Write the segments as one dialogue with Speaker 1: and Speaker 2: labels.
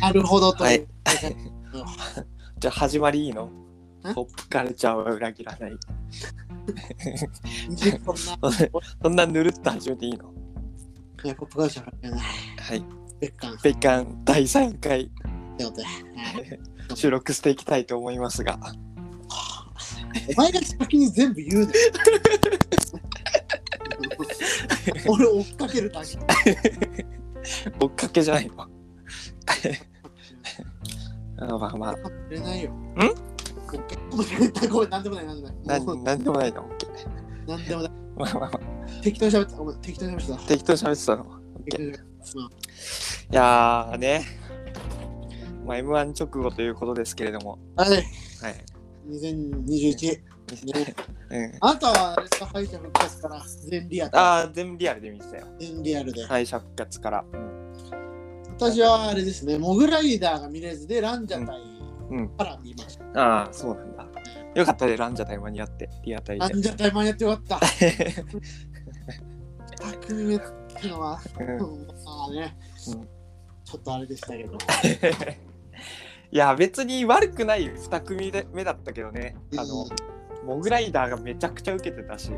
Speaker 1: なるほどと。
Speaker 2: はいじゃあ始まりいいのポップカルチャーは裏切らない。
Speaker 1: そんな、
Speaker 2: そんなぬるっと始めていいの
Speaker 1: ね、ポップカルチャーじゃない。
Speaker 2: はい。
Speaker 1: 別館っ
Speaker 2: ペカン第3回
Speaker 1: てことで。
Speaker 2: 収録していきたいと思いますが。
Speaker 1: お前が先に全部言うね。俺追っかけるだけ。
Speaker 2: 追っかけじゃないのあのまあまあ、
Speaker 1: 触れないよ。んごめん、なんでもない、なんでもな。
Speaker 2: ない
Speaker 1: もうん
Speaker 2: なんでもないの。オッケー
Speaker 1: なんでもない。
Speaker 2: まあまあま
Speaker 1: 適当に喋ってた。お前適当に喋って
Speaker 2: あ、適当に喋ってたの。
Speaker 1: た。適当に喋って
Speaker 2: いやーね。まあ、M1 直後ということですけれども。
Speaker 1: た。はい、
Speaker 2: はい。
Speaker 1: 2021。ね
Speaker 2: うん、
Speaker 1: あんたはあれですか敗者復活から全リアル。
Speaker 2: ああ、全部リアルで見てたよ。
Speaker 1: 全リアルで。
Speaker 2: 敗者復活から。うん
Speaker 1: 私はあれですね、モグライダーが見れずで、ランジャタイ
Speaker 2: うん
Speaker 1: から見ました。
Speaker 2: ああ、そうなんだ。よかったで、ランジャタイ間に合って、リアタイ
Speaker 1: ラン
Speaker 2: で。
Speaker 1: ジャタイ間に合ってよか った。匠目っていうのは、
Speaker 2: うん
Speaker 1: うんまあね、
Speaker 2: うん
Speaker 1: ちょっとあれでしたけど。
Speaker 2: いや、別に悪くない2組で目だったけどね。あ
Speaker 1: う
Speaker 2: の
Speaker 1: ん、
Speaker 2: モグライダーがめちゃくちゃ受けてたし、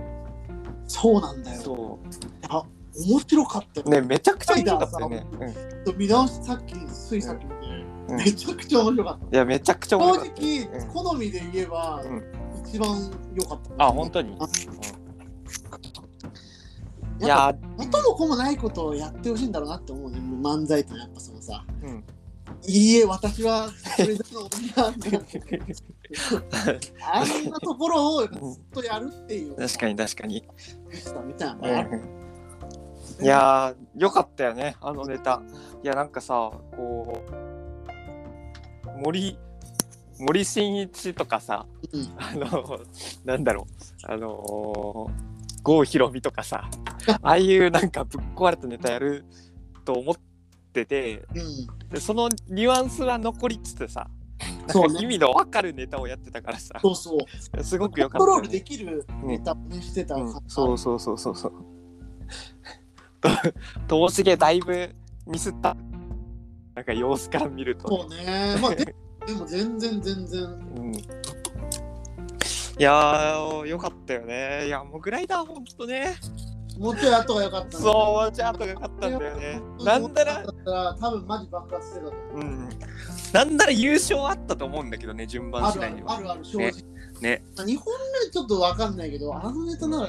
Speaker 1: そうなんだよ。
Speaker 2: そ
Speaker 1: あ面白かったよ
Speaker 2: う。ね、めちゃくちゃ面白かったよね。うん
Speaker 1: 見直しさっき、ついさっき見て、
Speaker 2: うん
Speaker 1: めちゃくちゃ面白かった。
Speaker 2: いや、めちゃくちゃ面
Speaker 1: 正
Speaker 2: 白かった。
Speaker 1: 直、
Speaker 2: うん
Speaker 1: 好みで言えば、
Speaker 2: うん
Speaker 1: 一番良かった。
Speaker 2: あ、本当に。
Speaker 1: あ
Speaker 2: い
Speaker 1: やっぱ
Speaker 2: や、
Speaker 1: 元も子もないことをやってほしいんだろうなって思うね。漫才ってのはやっぱそのさ。
Speaker 2: うん。
Speaker 1: いいえ、私はそれぞれの女 のあんなところをずっとやるっていう。
Speaker 2: 確かに確かに。
Speaker 1: に。みたいなの
Speaker 2: う
Speaker 1: がある。
Speaker 2: んいやー、よかったよね、あのネタ。いや、なんかさ、こう、森、森進一とかさ、
Speaker 1: うん
Speaker 2: あの、なんだろう、あのー、郷ひろみとかさ、ああいうなんかぶっ壊れたネタやると思ってて、
Speaker 1: うん。
Speaker 2: でそのニュアンスは残りつつさ、
Speaker 1: そう
Speaker 2: 意
Speaker 1: ね。
Speaker 2: 味のわかるネタをやってたからさ、
Speaker 1: そうそう。
Speaker 2: すごく
Speaker 1: コ
Speaker 2: よ
Speaker 1: ン
Speaker 2: か
Speaker 1: ト
Speaker 2: った
Speaker 1: ロ
Speaker 2: よ
Speaker 1: ール
Speaker 2: ね、
Speaker 1: できるネタをね、してた
Speaker 2: うん
Speaker 1: か、
Speaker 2: そうそうそうそうそう。 とともしげだいぶミスった。なんか様子から見ると。
Speaker 1: そうね。まあ、ででも全然全然。
Speaker 2: うん、いやー、よかったよね。いや、もうグライダーほんとね。
Speaker 1: もうちょい後が良かった
Speaker 2: そ
Speaker 1: の
Speaker 2: う、もうちょっとよかったんだよね。なんなら、。
Speaker 1: 多分マジ爆発してたと思う
Speaker 2: うん。なんなら優勝あったと思うんだけどね、順番
Speaker 1: あ
Speaker 2: 次
Speaker 1: るあ
Speaker 2: 第に
Speaker 1: る
Speaker 2: は。
Speaker 1: あるある、正直。
Speaker 2: ね
Speaker 1: 日本目ちょっとわかんないけど、あのネタなら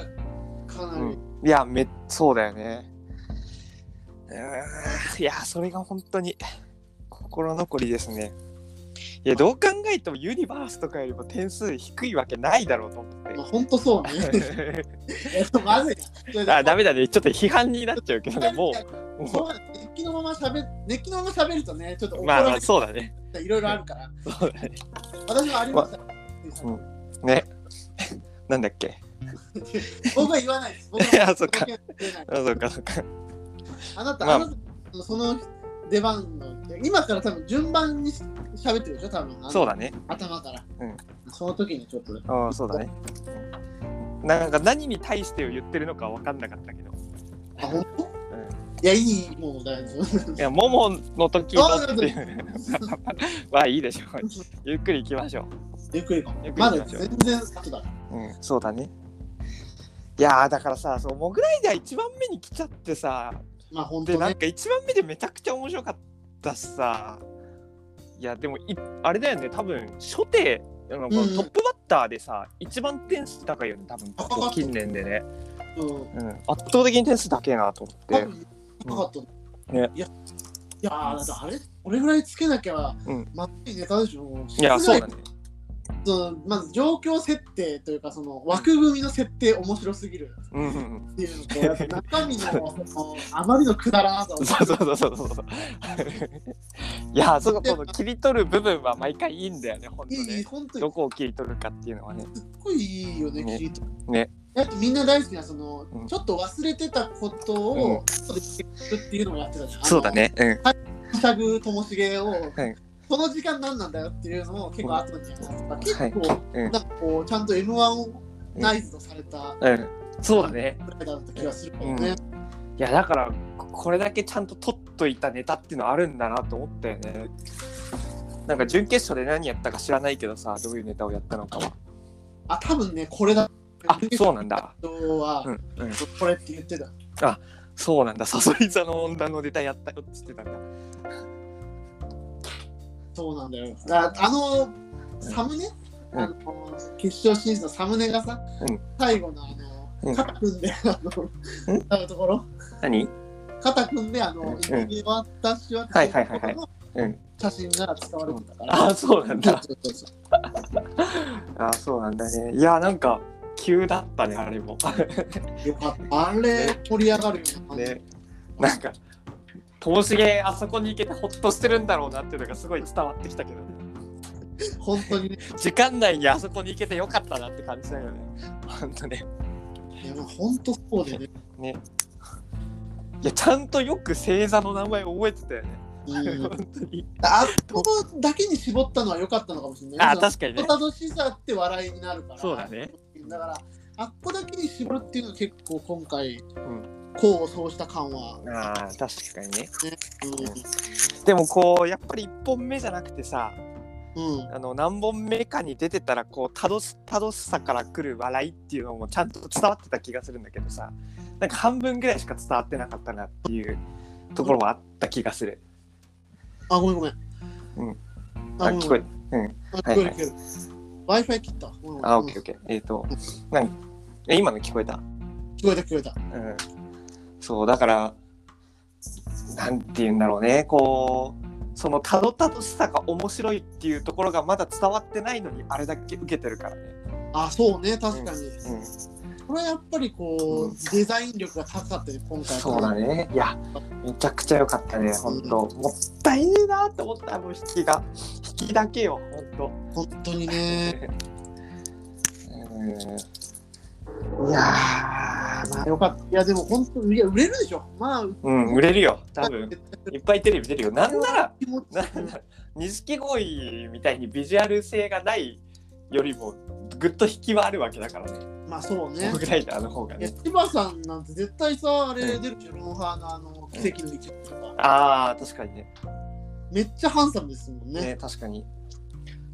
Speaker 1: かな
Speaker 2: う
Speaker 1: り。
Speaker 2: ん、いや、めそうだよね。うーんいや、それが本当に心残りですね。いや、どう考えてもユニバースとかよりも点数低いわけないだろうと思
Speaker 1: まあ、ほんとそうね。
Speaker 2: って。
Speaker 1: えっと、まずいな。
Speaker 2: あ、ダメだね。ちょっと批判になっちゃうけどね、もう。
Speaker 1: そ
Speaker 2: も
Speaker 1: うだね熱気のまま喋る熱気のまま喋るとね、ちょっと
Speaker 2: う
Speaker 1: 怒
Speaker 2: まあま
Speaker 1: ら
Speaker 2: あ、
Speaker 1: れ
Speaker 2: そうだね。
Speaker 1: たいろいろあるから。
Speaker 2: そうだね。
Speaker 1: 私はありました。
Speaker 2: うんね。なんだっけ。
Speaker 1: 僕は言わないです。僕
Speaker 2: いや
Speaker 1: は
Speaker 2: そっか
Speaker 1: 言ない
Speaker 2: あ、そうか、そうか。
Speaker 1: あなた、
Speaker 2: まあ
Speaker 1: あなたその出番の今から多分順番に喋ってるでしょ、多分あの
Speaker 2: そうだね。
Speaker 1: 頭から、
Speaker 2: うん
Speaker 1: その時にちょっと。
Speaker 2: うん、そうだね。うんなんか何に対してを言ってるのか分かんなかったけど。
Speaker 1: あ、本当
Speaker 2: うん
Speaker 1: いや、いい、もう大丈 夫。
Speaker 2: いや、ももの時のって いう。まあいいでし ょう。ゆっくり行きましょ
Speaker 1: ゆっくりか
Speaker 2: ゆっくり行き
Speaker 1: ま
Speaker 2: ましょう
Speaker 1: だ全然後だ。
Speaker 2: う。うん、そうだね。いやーだからさ、そうモグライダー1番目に来ちゃってさ、
Speaker 1: まあ、本当
Speaker 2: で、なん
Speaker 1: ね。
Speaker 2: か1番目でめちゃくちゃ面白かったしさ、いや、でもい、あれだよね、多分初手、あの
Speaker 1: ん
Speaker 2: トップバッターでさ、一番点数高いよね、多分ここ近年でね、
Speaker 1: うん
Speaker 2: うん。圧倒的に点数高いなと思っ
Speaker 1: 多
Speaker 2: て。
Speaker 1: 分なかった、い
Speaker 2: ね
Speaker 1: や、いやーだってあれ、これぐらいつけなきゃ、
Speaker 2: うん
Speaker 1: まずいネタでしょ。
Speaker 2: いや、そうだ
Speaker 1: ね。
Speaker 2: ね。
Speaker 1: そのまず状況設定というか、その枠組みの設定面白すぎる
Speaker 2: うんうんうん。
Speaker 1: っていうのと、 やっぱ中身のそのあまりのくだらなさを
Speaker 2: そうそうそうそうそうそう。いや、そここの切り取る部分は毎回いいんだよね、本当
Speaker 1: いい、いい
Speaker 2: ね。
Speaker 1: 本当に
Speaker 2: どこを切り取るかっていうのはね。
Speaker 1: すっごいいいよね、
Speaker 2: ね
Speaker 1: 聞いて。
Speaker 2: ね
Speaker 1: だってみんな大好きな、その、
Speaker 2: うん
Speaker 1: ちょっと忘れてたこと
Speaker 2: う
Speaker 1: を、ちょっと言ってくるっていうのをやってたじゃん。
Speaker 2: そうだね。うん。
Speaker 1: あの。はしゃぐともしげを、
Speaker 2: い
Speaker 1: その時間何なんだよっていうのを結構後にやったとか、結構、
Speaker 2: う
Speaker 1: な
Speaker 2: ん
Speaker 1: んかこう、ちゃんと M1 をナイズとされた
Speaker 2: うん。そうだね。
Speaker 1: ぐらいだった気がするけどね。
Speaker 2: いや、だから、ここれだけちゃんと取っといたネタっていうのあるんだなと思ったよね。なんか準決勝で何やったか知らないけどさ、どういうネタをやったのかは。
Speaker 1: あ、多分ね、これだ。
Speaker 2: あ、そうなんだ。
Speaker 1: 今日は
Speaker 2: う、んうん。
Speaker 1: これって言ってた。
Speaker 2: そうなんだ。サソリ座の女のネタやったよって言ってたんだ。
Speaker 1: そうなんだよ。だあの、サムネ、
Speaker 2: うん
Speaker 1: あの決勝シリーズのサムネがさ、
Speaker 2: うん
Speaker 1: 最後のあ
Speaker 2: う
Speaker 1: の、
Speaker 2: ん
Speaker 1: 肩組んで、あ
Speaker 2: う
Speaker 1: の、あのところ、
Speaker 2: 何
Speaker 1: 肩組んで、あの、
Speaker 2: うん
Speaker 1: 一に私は、
Speaker 2: はいはいはいはいうん。
Speaker 1: 写真が使われてたから。
Speaker 2: あ、そうなんだ。
Speaker 1: そうそうそう
Speaker 2: あ、そうなんだね。いや、なんか、急だったね、あれも。
Speaker 1: よかった。あれ、盛り上がるような感じ
Speaker 2: ね。なんか、ともしげ、あそこに行けてほっとしてるんだろうなっていうのがすごい伝わってきたけど、
Speaker 1: 本当にね。
Speaker 2: 時間内にあそこに行けてよかったなって感じだよね。ほんとね。
Speaker 1: いや、まあ本当そうでね。
Speaker 2: ね。いや、ちゃんとよく星座の名前覚えてたよね。
Speaker 1: うん
Speaker 2: 本当に。
Speaker 1: あここだけに絞ったのは良かったのかもしれない。
Speaker 2: あ、確かに
Speaker 1: ポ
Speaker 2: ね。
Speaker 1: タドシザって笑いになるから。
Speaker 2: そうだね。
Speaker 1: だから、あっこだけに絞るっていうのは結構今回、
Speaker 2: ん
Speaker 1: 功を奏した感は。
Speaker 2: あー確かにね。
Speaker 1: う
Speaker 2: でもこう、やっぱり1本目じゃなくてさ、
Speaker 1: ん。うん。
Speaker 2: あの何本目かに出てたらこう楽し楽しさから来る笑いっていうのもちゃんと伝わってた気がするんだけどさなんか半分ぐらいしか伝わってなかったなっていうところもあった気がする。
Speaker 1: あ、ごめんごめん。
Speaker 2: うん。あ
Speaker 1: あ、ごめん
Speaker 2: 聞
Speaker 1: ご
Speaker 2: こ
Speaker 1: め
Speaker 2: え
Speaker 1: ん。
Speaker 2: うん。
Speaker 1: あ聞こえる聞こえる。Wi-Fi 切った。ごめんごめん
Speaker 2: あオッケーオッケー。えっ、と何え今の聞こえた
Speaker 1: 聞こえた聞こえた。
Speaker 2: うん。そうだからなんて言うんだろうねこうそのたどたどしさが面白いっていうところがまだ伝わってないのにあれだけ受けてるからね。
Speaker 1: あ、そうね、確かに。
Speaker 2: うん
Speaker 1: これはやっぱりこ
Speaker 2: うん
Speaker 1: う、デザイン力が高かったね、今回。
Speaker 2: そうだ。ね。いや、めちゃくちゃ良かったね、本当。もったいねえなって思った、あの引きが。引きだけよ、本
Speaker 1: 本当にね。
Speaker 2: 当。うん。いやー、まあ、
Speaker 1: よかった。いや、でも本当、いや、売れるでしょ。まあ、
Speaker 2: うん、売れるよ、多分。
Speaker 1: 絶対
Speaker 2: いっぱいテレビ出るよ。なんなら、
Speaker 1: 気持ちいい
Speaker 2: なん なら、錦鯉みたいにビジュアル性がないよりも、ぐっと引きはあるわけだからね。
Speaker 1: まあ、そう
Speaker 2: そ
Speaker 1: ね
Speaker 2: の。ぐらいのあの方が
Speaker 1: いや
Speaker 2: ね。
Speaker 1: 千葉さんなんて絶対さ、あれ出るでしょ、ロンハーのあの、奇跡の一部とか。
Speaker 2: あー、確かにね。
Speaker 1: めっちゃハンサムですもんね。
Speaker 2: ね、確かに。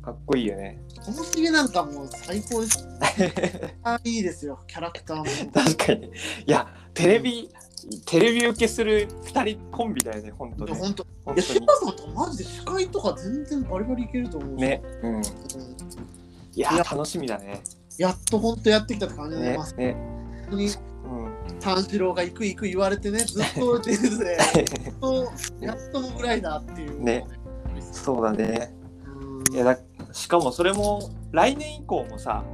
Speaker 2: かっこいいよね。
Speaker 1: ともしげなんかもう最高です。 あいいですよ、キャラクターも。
Speaker 2: 確かに。いや、テレビ、テレビ受けする二人コンビだよね、本当
Speaker 1: いや、
Speaker 2: ね。
Speaker 1: 本当。い
Speaker 2: 本
Speaker 1: や、
Speaker 2: 当
Speaker 1: 千
Speaker 2: に。
Speaker 1: 葉さんとかマジで司会とか全然バリバリいけると思うし
Speaker 2: ね。、うん。い
Speaker 1: うん
Speaker 2: や
Speaker 1: いや
Speaker 2: ー、楽しみだね。
Speaker 1: やっと本当やってきたって感じで、ね
Speaker 2: ね
Speaker 1: まあ、、
Speaker 2: ね、
Speaker 1: 本当に
Speaker 2: うん。
Speaker 1: 三四郎が行く行く言われてね、ずっと出てて、やっとやっとのぐらいだっていう。
Speaker 2: ねそうだね。
Speaker 1: うん。
Speaker 2: いや、だ、しかも、それも、来年以降もさ、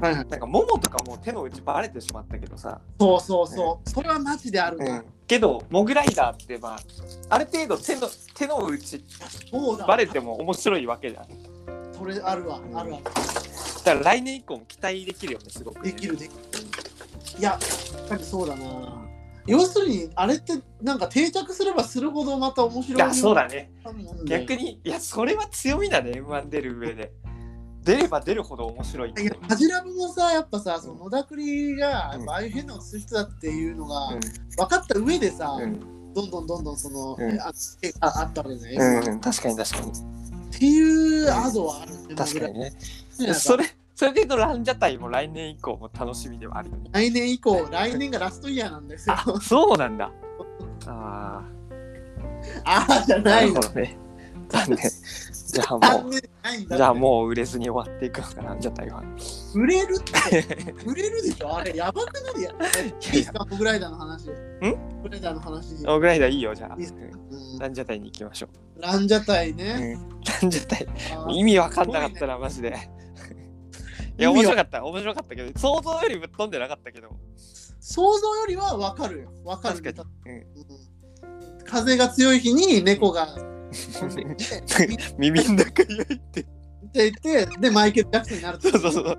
Speaker 1: はいはい。
Speaker 2: なんか、ももとかもう手の内バレてしまったけどさ。
Speaker 1: そうそうそう。それはマジであるな。。
Speaker 2: けど、モグライダーって、まあ、ある程度、手の、手の内
Speaker 1: そうだ。
Speaker 2: バレても面白いわけじゃん。
Speaker 1: それあるわ、あるわ。
Speaker 2: だから、来年以降も期待できるよね、すごく
Speaker 1: で
Speaker 2: ね、
Speaker 1: きるできる。いや、やっぱりそうだな。要するに、あれってなんか定着すればするほどまた面白い
Speaker 2: いや、そうだね。
Speaker 1: もんで。
Speaker 2: 逆に、いや、それは強みだね、M1 出る上で。出れば出るほど面白いって
Speaker 1: い
Speaker 2: い
Speaker 1: や
Speaker 2: う。、
Speaker 1: マジラブもさ、やっぱさ、その野田栗が、やっぱああいう変なことする人だっていうのが分かった上でさ、
Speaker 2: うん、
Speaker 1: どんどんどんどんその、
Speaker 2: うん
Speaker 1: あああったわけじゃない、
Speaker 2: うん、
Speaker 1: っ
Speaker 2: うん、確かに確かに。
Speaker 1: ていうアドはあるね
Speaker 2: 確かにね。
Speaker 1: 僕ら
Speaker 2: それ、それで言うとランジャタイも来年以降も楽しみではあるよね。
Speaker 1: 来年以降、来年がラストイヤーなんですよ。
Speaker 2: あ、そうなんだ。あ
Speaker 1: ああ、じゃ
Speaker 2: あ、な
Speaker 1: ない
Speaker 2: るほ
Speaker 1: の。
Speaker 2: どね。残念。じゃあも
Speaker 1: 残念じゃないん
Speaker 2: う、
Speaker 1: だ。
Speaker 2: じゃあもう売れずに終わっていくのかな、ランジャタ イは。
Speaker 1: 売れるって、売れるでしょあれ、やばくないや。いいっすか、モグライダーの話。んモグライダーの話。
Speaker 2: おぐらいだいいよ、じゃあ。
Speaker 1: いいっす
Speaker 2: うん
Speaker 1: うん
Speaker 2: ランジャタイに行きましょう。
Speaker 1: ランジャタイ
Speaker 2: う
Speaker 1: ね。
Speaker 2: んランジャタイ。
Speaker 1: あー
Speaker 2: 意味わかんなかったな、マジで。いや、
Speaker 1: 意味わ
Speaker 2: 面白かった、面白かったけど、想像よりぶっ飛んでなかった けど。
Speaker 1: 想像よりはわかるよ。わかる
Speaker 2: 確かに
Speaker 1: うん風が強い日に猫が飛んできて
Speaker 2: 耳の中に入って。
Speaker 1: っていて、で、マイケル・ジャクソンになる
Speaker 2: そ
Speaker 1: と。
Speaker 2: うそうそう。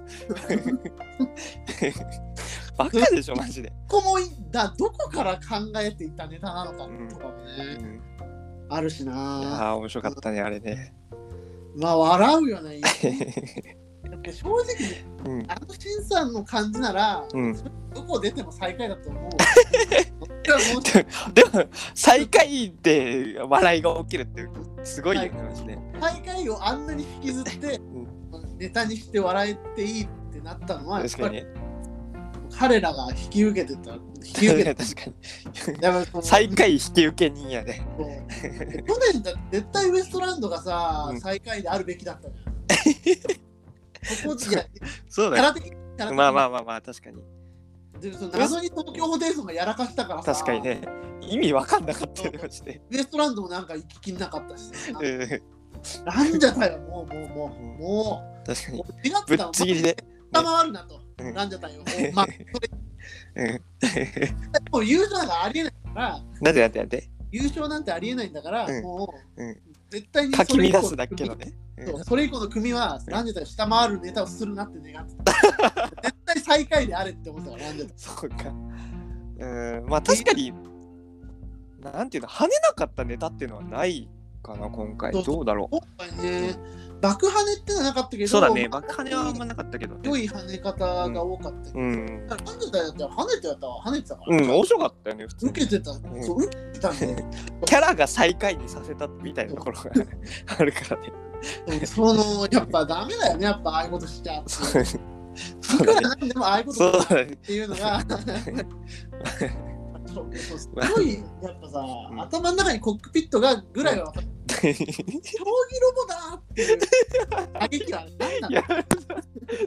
Speaker 2: バカでしょ、マジで。
Speaker 1: ここもいだどこから考えていったネタなのかとかも
Speaker 2: いや
Speaker 1: ね、あるしな。
Speaker 2: ー、面白かったね、あれ ね。
Speaker 1: まあ、笑うよね。だって正直、
Speaker 2: うん
Speaker 1: あのしんさんの感じなら、
Speaker 2: うん
Speaker 1: どこ出ても最下位だと思う。たらもうちょっ
Speaker 2: でも最下位で笑いが起きるってすごいよね、マジで
Speaker 1: と大会をあんなに引きずって、ネタにして笑えていいってなったのは、やっ
Speaker 2: 確
Speaker 1: ぱ
Speaker 2: か
Speaker 1: り
Speaker 2: に
Speaker 1: 彼らが引き受けてた、引き受 け
Speaker 2: 確
Speaker 1: てた。
Speaker 2: かに
Speaker 1: やっぱりその
Speaker 2: 最下位引き受け人やね
Speaker 1: そう去年だ絶対ウエストランドがさ、
Speaker 2: うん
Speaker 1: 最下位であるべきだったのよここじゃ
Speaker 2: そうだよ
Speaker 1: 空手空手
Speaker 2: まあまあまあまあ確かに
Speaker 1: でその謎に東京ホテイソンがやらかしたからさ
Speaker 2: 確かにね意味わかんなかったよねマジで
Speaker 1: ウエストランドもなんか行ききんなかったしさ
Speaker 2: うん
Speaker 1: なんじゃったよもうもうもう
Speaker 2: うん
Speaker 1: も
Speaker 2: 確か
Speaker 1: う
Speaker 2: に
Speaker 1: もう違って
Speaker 2: ぶった
Speaker 1: の
Speaker 2: ちぎりで
Speaker 1: 下回るなと、
Speaker 2: うん
Speaker 1: なんじゃったよもう,、 まあ、
Speaker 2: うん
Speaker 1: もう優勝なんかありえないから
Speaker 2: なんでなんでなんで
Speaker 1: 優勝なんてありえないんだから、
Speaker 2: うん
Speaker 1: もう、
Speaker 2: うん
Speaker 1: 絶対に
Speaker 2: かき
Speaker 1: それ以降
Speaker 2: 乱すだけのねうん
Speaker 1: そうそれ以降の組はランジェタを下回るネタをするなって願ってた。 絶対最下位であれって思ったから、ランジェタ。
Speaker 2: そうか。うん、まあ確かに、なんていうの、跳ねなかったネタっていうのはないかな、今回。
Speaker 1: そう
Speaker 2: どうだろ
Speaker 1: 今回ね、爆跳ねってのはなかったけ
Speaker 2: う。
Speaker 1: ど、
Speaker 2: そうだね、爆跳ねはあんまなかったけど、
Speaker 1: 良
Speaker 2: ね。
Speaker 1: い跳ね方が多かったけど、
Speaker 2: うん。
Speaker 1: ランジェタだったら跳ねてやったわ、跳ねてたか
Speaker 2: う
Speaker 1: ら。
Speaker 2: ん、面白かったよね、普通に
Speaker 1: 受けてた、そう、受けてたんで、
Speaker 2: キャラが最下位にさせたみたいなところがあるからね。
Speaker 1: その、やっぱダメだよね、やっぱああいうことしちゃう。
Speaker 2: そう
Speaker 1: い
Speaker 2: そう
Speaker 1: く
Speaker 2: だ
Speaker 1: ら
Speaker 2: ね。
Speaker 1: なんでもああいうこと
Speaker 2: そうだね。
Speaker 1: っていうのがそうそうすごいやっぱさ、
Speaker 2: うん
Speaker 1: 頭の中にコックピットがぐらいは分かる将棋ロボだーっていう打撃は何なの
Speaker 2: いや、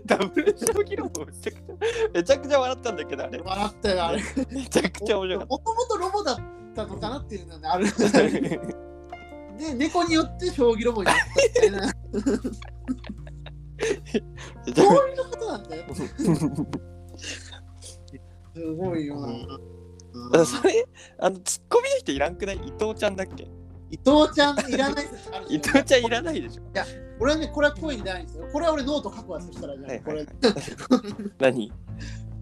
Speaker 2: ダブル将棋の方めちゃくちゃ、めちゃくちゃ笑ったんだけど、あれ。
Speaker 1: 笑ったよあれ
Speaker 2: めちゃくちゃ面白かっ
Speaker 1: もともとロボだったのかなっていうの がある
Speaker 2: た。
Speaker 1: で猫によって将棋ロボになったみたいなどういうことなんだよすごいよな、うん
Speaker 2: それあのツッコミの人いらんくない伊藤ちゃんだっけ
Speaker 1: 伊藤ちゃんいらない説ある
Speaker 2: 伊
Speaker 1: でしょ
Speaker 2: 藤ちゃんいらないでしょ
Speaker 1: 俺はねこれは声に出ないんですよこれは俺ノート書くわそしたらじゃあ、
Speaker 2: はい
Speaker 1: こ
Speaker 2: はいは
Speaker 1: れ
Speaker 2: い 何、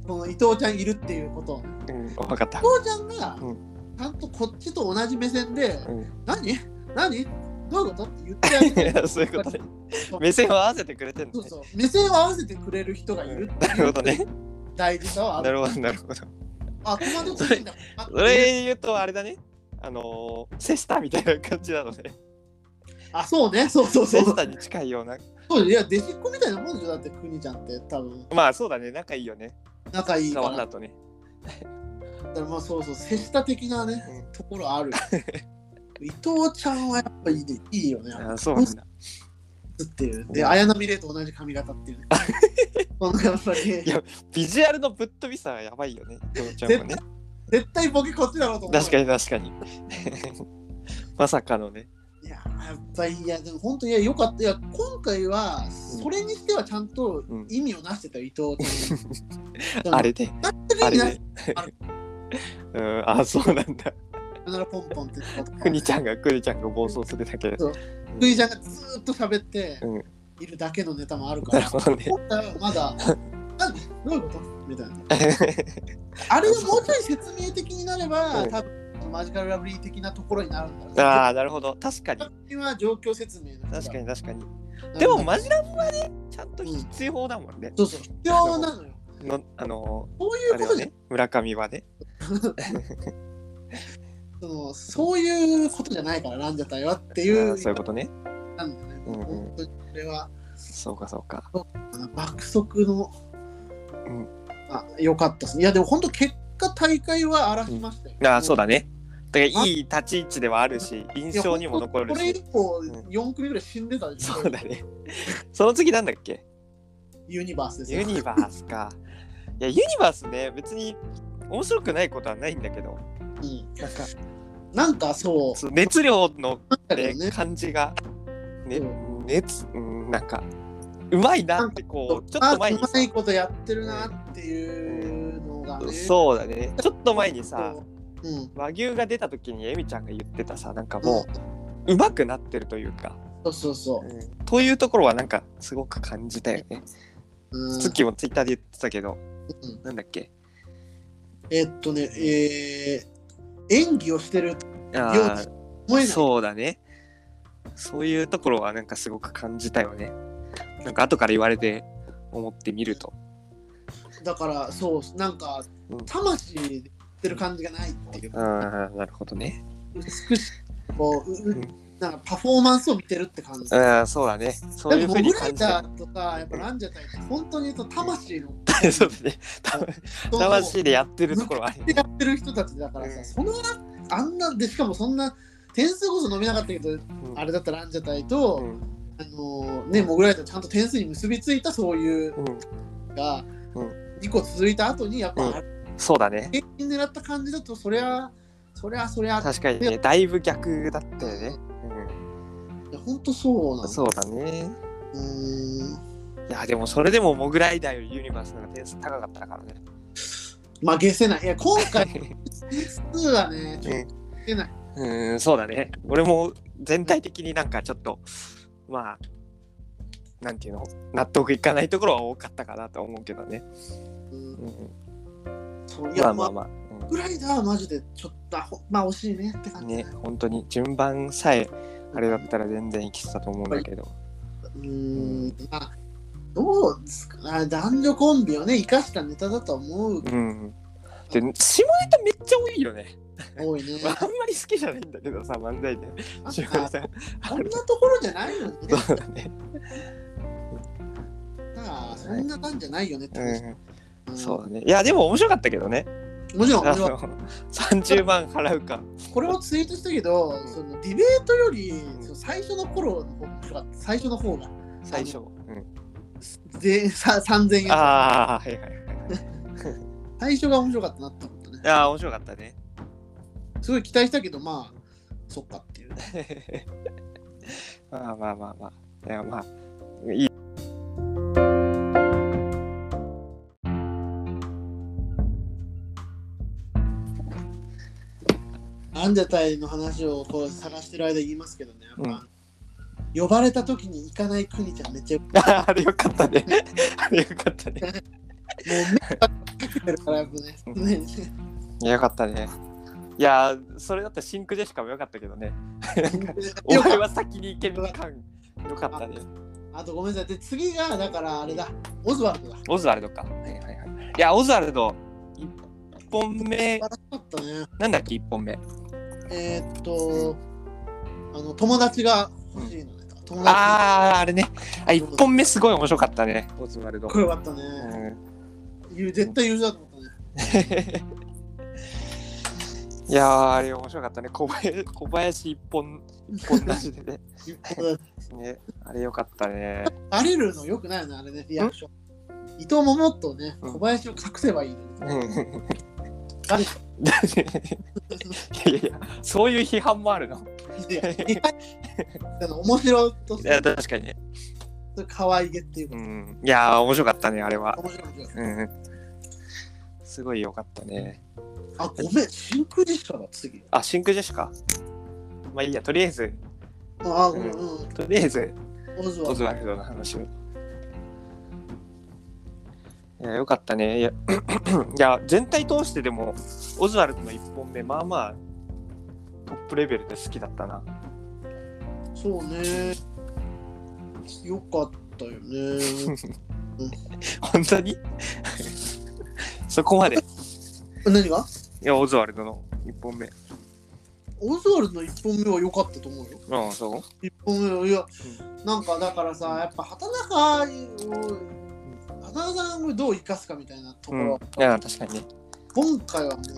Speaker 1: この伊藤ちゃんいるっていうこと
Speaker 2: うん、分かった、
Speaker 1: 伊藤ちゃんが、
Speaker 2: うん
Speaker 1: ちゃんとこっちと同じ目線で
Speaker 2: うん、
Speaker 1: 「何何どういうこと?」って言ってあげ
Speaker 2: い
Speaker 1: て
Speaker 2: やそういうことね目線を合わせてくれてん
Speaker 1: そう
Speaker 2: のね
Speaker 1: そう目線を合わせてくれる人がいるって
Speaker 2: なる
Speaker 1: い
Speaker 2: ほ
Speaker 1: う
Speaker 2: どね
Speaker 1: 大事さはあ
Speaker 2: な
Speaker 1: る
Speaker 2: るほどなるほど
Speaker 1: あ戸惑っていいんだあ
Speaker 2: それ言うとあれだねあのー、セスターみたいな感じなのね
Speaker 1: あそうねそうそうそ
Speaker 2: セ
Speaker 1: うそ
Speaker 2: ス
Speaker 1: う
Speaker 2: ターに近いような
Speaker 1: そういや弟子っ子みたいなもんでしょだって国ちゃんって多分
Speaker 2: まあそうだね仲いいよね
Speaker 1: 仲いいか
Speaker 2: 川
Speaker 1: ら
Speaker 2: だとね
Speaker 1: だからまあそうそう瀬下的なね、
Speaker 2: うん
Speaker 1: ところ ある伊藤ちゃんはやっぱいい,、ね、いいよね
Speaker 2: あそうなんだ
Speaker 1: っていう。で、綾波レイと同じ髪型 っていうね。そのやっぱり、
Speaker 2: やビジュアルのぶっ飛びさはやばいよね伊藤ちゃんもね
Speaker 1: 絶対ボケこっちだろうと思う。
Speaker 2: 確かに確かに まさかのね
Speaker 1: いや、やっぱり、いや、でも本当にいやよかった。いや、今回は、それにしてはちゃんと
Speaker 2: うん
Speaker 1: 意味をなしてたよ、伊藤 ちゃん。
Speaker 2: あれで
Speaker 1: 全く意
Speaker 2: あ
Speaker 1: 味
Speaker 2: れ
Speaker 1: な
Speaker 2: ね
Speaker 1: し。
Speaker 2: うん、あ、そうなんだ。
Speaker 1: さよならポンポンってこと
Speaker 2: くにちゃんが、くにちゃんが暴走するだけ。
Speaker 1: 福井ちゃんがずーっと喋って
Speaker 2: うん
Speaker 1: いるだけのネタもあるか
Speaker 2: なる
Speaker 1: ら。
Speaker 2: ほどね。
Speaker 1: 今回はまだ、なんでどういうことみたいな。あれがもうちょい説明的になれば、
Speaker 2: うん
Speaker 1: 多分マジカルラブリー的なところになるんだろうね
Speaker 2: ああ、なるほど。確かに。
Speaker 1: 作品は状況説明だら
Speaker 2: 確かに、確かに。でも、マジラブはね、ちゃんと
Speaker 1: うん
Speaker 2: 必要だもんね。
Speaker 1: そうそう必要なのよ
Speaker 2: の、あの
Speaker 1: そういうこ
Speaker 2: ー、あれ
Speaker 1: と
Speaker 2: は
Speaker 1: じゃん
Speaker 2: ね、村上はね。
Speaker 1: そのそういうことじゃないからランジャタイはって
Speaker 2: あ
Speaker 1: いう
Speaker 2: ーそういうことね。
Speaker 1: なんだよね、
Speaker 2: うんうん
Speaker 1: 本当にこれは
Speaker 2: そうか、そうか。
Speaker 1: あの爆速の、
Speaker 2: うん
Speaker 1: あよかったっすいやでも本当結果大会は荒らしましたよ、
Speaker 2: ああ、そうだね。だから、いい立ち位置ではあるし、印象にも残る
Speaker 1: いや本
Speaker 2: し。
Speaker 1: 当これ以
Speaker 2: う
Speaker 1: 降4組ぐらい死んでたでしょ、
Speaker 2: そうだね。その次なんだっけ
Speaker 1: ユニバースですよ
Speaker 2: ユニバースか。いや、ユニバースね、別に面白くないことはないんだけど、
Speaker 1: うん
Speaker 2: なんか、
Speaker 1: なんかそう
Speaker 2: そう熱量の
Speaker 1: だけど
Speaker 2: ね
Speaker 1: ね
Speaker 2: 感じが、ね
Speaker 1: う、
Speaker 2: 熱、うん、なんか、うまいなって、こう、ちょっ
Speaker 1: あ
Speaker 2: と前に
Speaker 1: うまい
Speaker 2: さ、
Speaker 1: ことやってるなっていうのがね
Speaker 2: そうだね、ちょっと前にさ、
Speaker 1: う、うん、
Speaker 2: 和牛が出た時にエミちゃんが言ってたさ、なんかもう、うまくなってるというか、
Speaker 1: そうそうそ
Speaker 2: うんというところはなんか、すごく感じたよね。
Speaker 1: う。うん
Speaker 2: ツッキーもツイッターで言ってたけど、
Speaker 1: うん
Speaker 2: なんだっけ
Speaker 1: えっとね、えー、演技をしてると
Speaker 2: あー
Speaker 1: 思えない。
Speaker 2: そうだね。そういうところはなんかすごく感じたよね。なんか後から言われて思ってみると。
Speaker 1: だから、そう、なんか
Speaker 2: うん、
Speaker 1: 魂ってる感じがないっていう
Speaker 2: ああ、なるほどね。
Speaker 1: 美しくこうう
Speaker 2: うん
Speaker 1: なんかパフォーマンスを見てるって感じで
Speaker 2: ああ、そうだね。そういう
Speaker 1: も
Speaker 2: ふ
Speaker 1: モグ
Speaker 2: うに
Speaker 1: ラ
Speaker 2: 感
Speaker 1: イ
Speaker 2: じ
Speaker 1: ダ
Speaker 2: た。
Speaker 1: ーとかやっぱランジャタイって本当に言うと魂の
Speaker 2: そうだね。た 魂でやってるところはあるよね。
Speaker 1: やってる人たちだからさ、
Speaker 2: うん
Speaker 1: そのあんなでしかもそんな点数こそ伸びなかったけど、あれだったらランジャタイと、
Speaker 2: うん
Speaker 1: あのねモグライダーちゃんと点数に結びついたそういう
Speaker 2: うん
Speaker 1: のが、
Speaker 2: う
Speaker 1: 2個続いた後にやっぱ、
Speaker 2: うんそうだね。
Speaker 1: 平均狙った感じだとそりゃそりゃそりゃ
Speaker 2: 確かにね、だいぶ逆だったよね。
Speaker 1: 本当そうな
Speaker 2: うん、
Speaker 1: の
Speaker 2: そうだね。
Speaker 1: うーん
Speaker 2: いや、でもそれでもモグライダーよりユニバースの方が点数高かったからね。
Speaker 1: まあゲせないいや今 回数はねちょっと出ない、
Speaker 2: うん、そうだね。俺も全体的になんかちょっと、まあ、なんていうの、納得いかないところは多かったかなと思うけどね。
Speaker 1: うん
Speaker 2: うん、
Speaker 1: そうい
Speaker 2: ま
Speaker 1: や
Speaker 2: あま
Speaker 1: ま
Speaker 2: あ
Speaker 1: あ
Speaker 2: まあ。
Speaker 1: モグライダーはマジでちょっとあほまあ惜しいねって
Speaker 2: う
Speaker 1: 感
Speaker 2: ん
Speaker 1: じ
Speaker 2: ね、本当に順番さえあれだったら全然いきてたと思うんだけど。
Speaker 1: うーんまあどうですかあ男女コンビをね生かしたネタだと思う
Speaker 2: うん。で、下ネタめっちゃ多いよね。
Speaker 1: 多いね
Speaker 2: まああんまり好きじゃないんだけどさ、漫才で。
Speaker 1: なん
Speaker 2: 下ネ
Speaker 1: か
Speaker 2: タ。
Speaker 1: こんなところじゃないのにね
Speaker 2: そうだね。
Speaker 1: だからそんな感じじゃないよねって話、
Speaker 2: う
Speaker 1: うん
Speaker 2: ん。そうだね。いや、でも面白かったけどね。
Speaker 1: もちろん
Speaker 2: あ
Speaker 1: 俺は
Speaker 2: の、30万払うか。
Speaker 1: これをツイートしたけど、
Speaker 2: ん
Speaker 1: そのディベートより、
Speaker 2: ん
Speaker 1: その最初の頃の方が最初の方が
Speaker 2: 最初。うん。
Speaker 1: でさ3000円
Speaker 2: ああ、はいはいはい。
Speaker 1: 最初が面白かったなって思ったね
Speaker 2: いやー、面白かった ね。
Speaker 1: すごい期待したけどまあそっかっていう
Speaker 2: まあまあまあまあ。いや、まあ、い
Speaker 1: アンジャタイの話をこう探してる間言いますけどねやっぱ、
Speaker 2: うん
Speaker 1: 呼ばれた時に行かない国ちゃんめっちゃよく
Speaker 2: やあれ よかったね。あれよかったね。
Speaker 1: もう目がかけてる からやっぱねね
Speaker 2: いや、よかったね。いやー、それだったらシンクジェシカもよかったけどね。なんか、お
Speaker 1: よかっ
Speaker 2: 前
Speaker 1: た
Speaker 2: は先に行ける感。よかったね。
Speaker 1: あとごめんなさいで次がだからあれだオズワルドだ素
Speaker 2: オズワルドか。はいはいはい。いや、オズワルド、1本
Speaker 1: 晴、
Speaker 2: 目
Speaker 1: らしかったね
Speaker 2: なんだっけ、1本目。
Speaker 1: えーっと、あの友達が欲しいのね。友達か
Speaker 2: あー、あれね。あ、1本目すごい面白かったね、オズワルド
Speaker 1: っ。こよかった
Speaker 2: う
Speaker 1: ね。
Speaker 2: ん
Speaker 1: 言う絶対言うだと思ったね。
Speaker 2: いやーあれ面白かったね小林小林一本一本なしでね ねあれよかったね
Speaker 1: バレるのよくないよね、あれね、リアクション。伊藤ももっとね、
Speaker 2: うん
Speaker 1: 小林を隠せばいいのに。
Speaker 2: うん
Speaker 1: 誰
Speaker 2: いやいやそういう批判もあるの
Speaker 1: いや、いやあの面白と
Speaker 2: いや確かにね、
Speaker 1: 可愛げっていうか
Speaker 2: うん、いやー面白かったねあれは、
Speaker 1: 面白い面白い
Speaker 2: うん、すごいよかったね
Speaker 1: あ、ごめん、真空ジェシカだ、次。
Speaker 2: あ真空ジェシカまあいいやとりあえず
Speaker 1: あ、ごめん、うん。
Speaker 2: とりあえず
Speaker 1: オズワ
Speaker 2: オ
Speaker 1: ルド。
Speaker 2: ズワルドの話を。いや、よかったね。いや、 いや全体通してでも、オズワルドの1本目、まあまあ、トップレベルで好きだったな。
Speaker 1: そうね。よかったよ ね。
Speaker 2: 本当に そこまで。い
Speaker 1: 何が
Speaker 2: や、オズワルドの1本目。
Speaker 1: オズワルドの1本目は良かったと思うよ。
Speaker 2: うん、そう
Speaker 1: 一本目をいや、なんかだからさやっぱ畑中を畑中さんをどう生かすかみたいなとこ
Speaker 2: うん。い
Speaker 1: ろ、
Speaker 2: や、確かにね。
Speaker 1: 今回はもう、い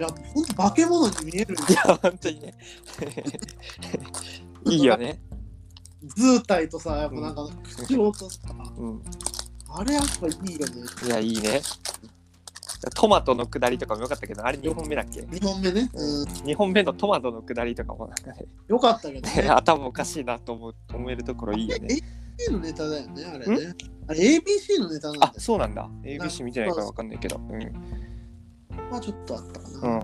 Speaker 1: やほんと化け物に見える
Speaker 2: いや、本当にね。 いいよね。
Speaker 1: 図体とさやっぱなんか口調とさ、
Speaker 2: うん。
Speaker 1: あれやっぱいいよね
Speaker 2: いや、いいね。トマトの下りとかもよかったけど、あれ2本目だっけ
Speaker 1: 2本目ね、うん、
Speaker 2: 2本目のトマトの下りとかもなんかね、
Speaker 1: よかったけどね
Speaker 2: 頭おかしいなと思う思えるところいいよね。
Speaker 1: ABC のネタだよねあれねあれ ABC のネタなんだ
Speaker 2: あ
Speaker 1: よ
Speaker 2: そうなんだ。ABC 見てないからわかんないけど。うん。うんうん
Speaker 1: まあちょっとあったか
Speaker 2: う
Speaker 1: な、
Speaker 2: んうん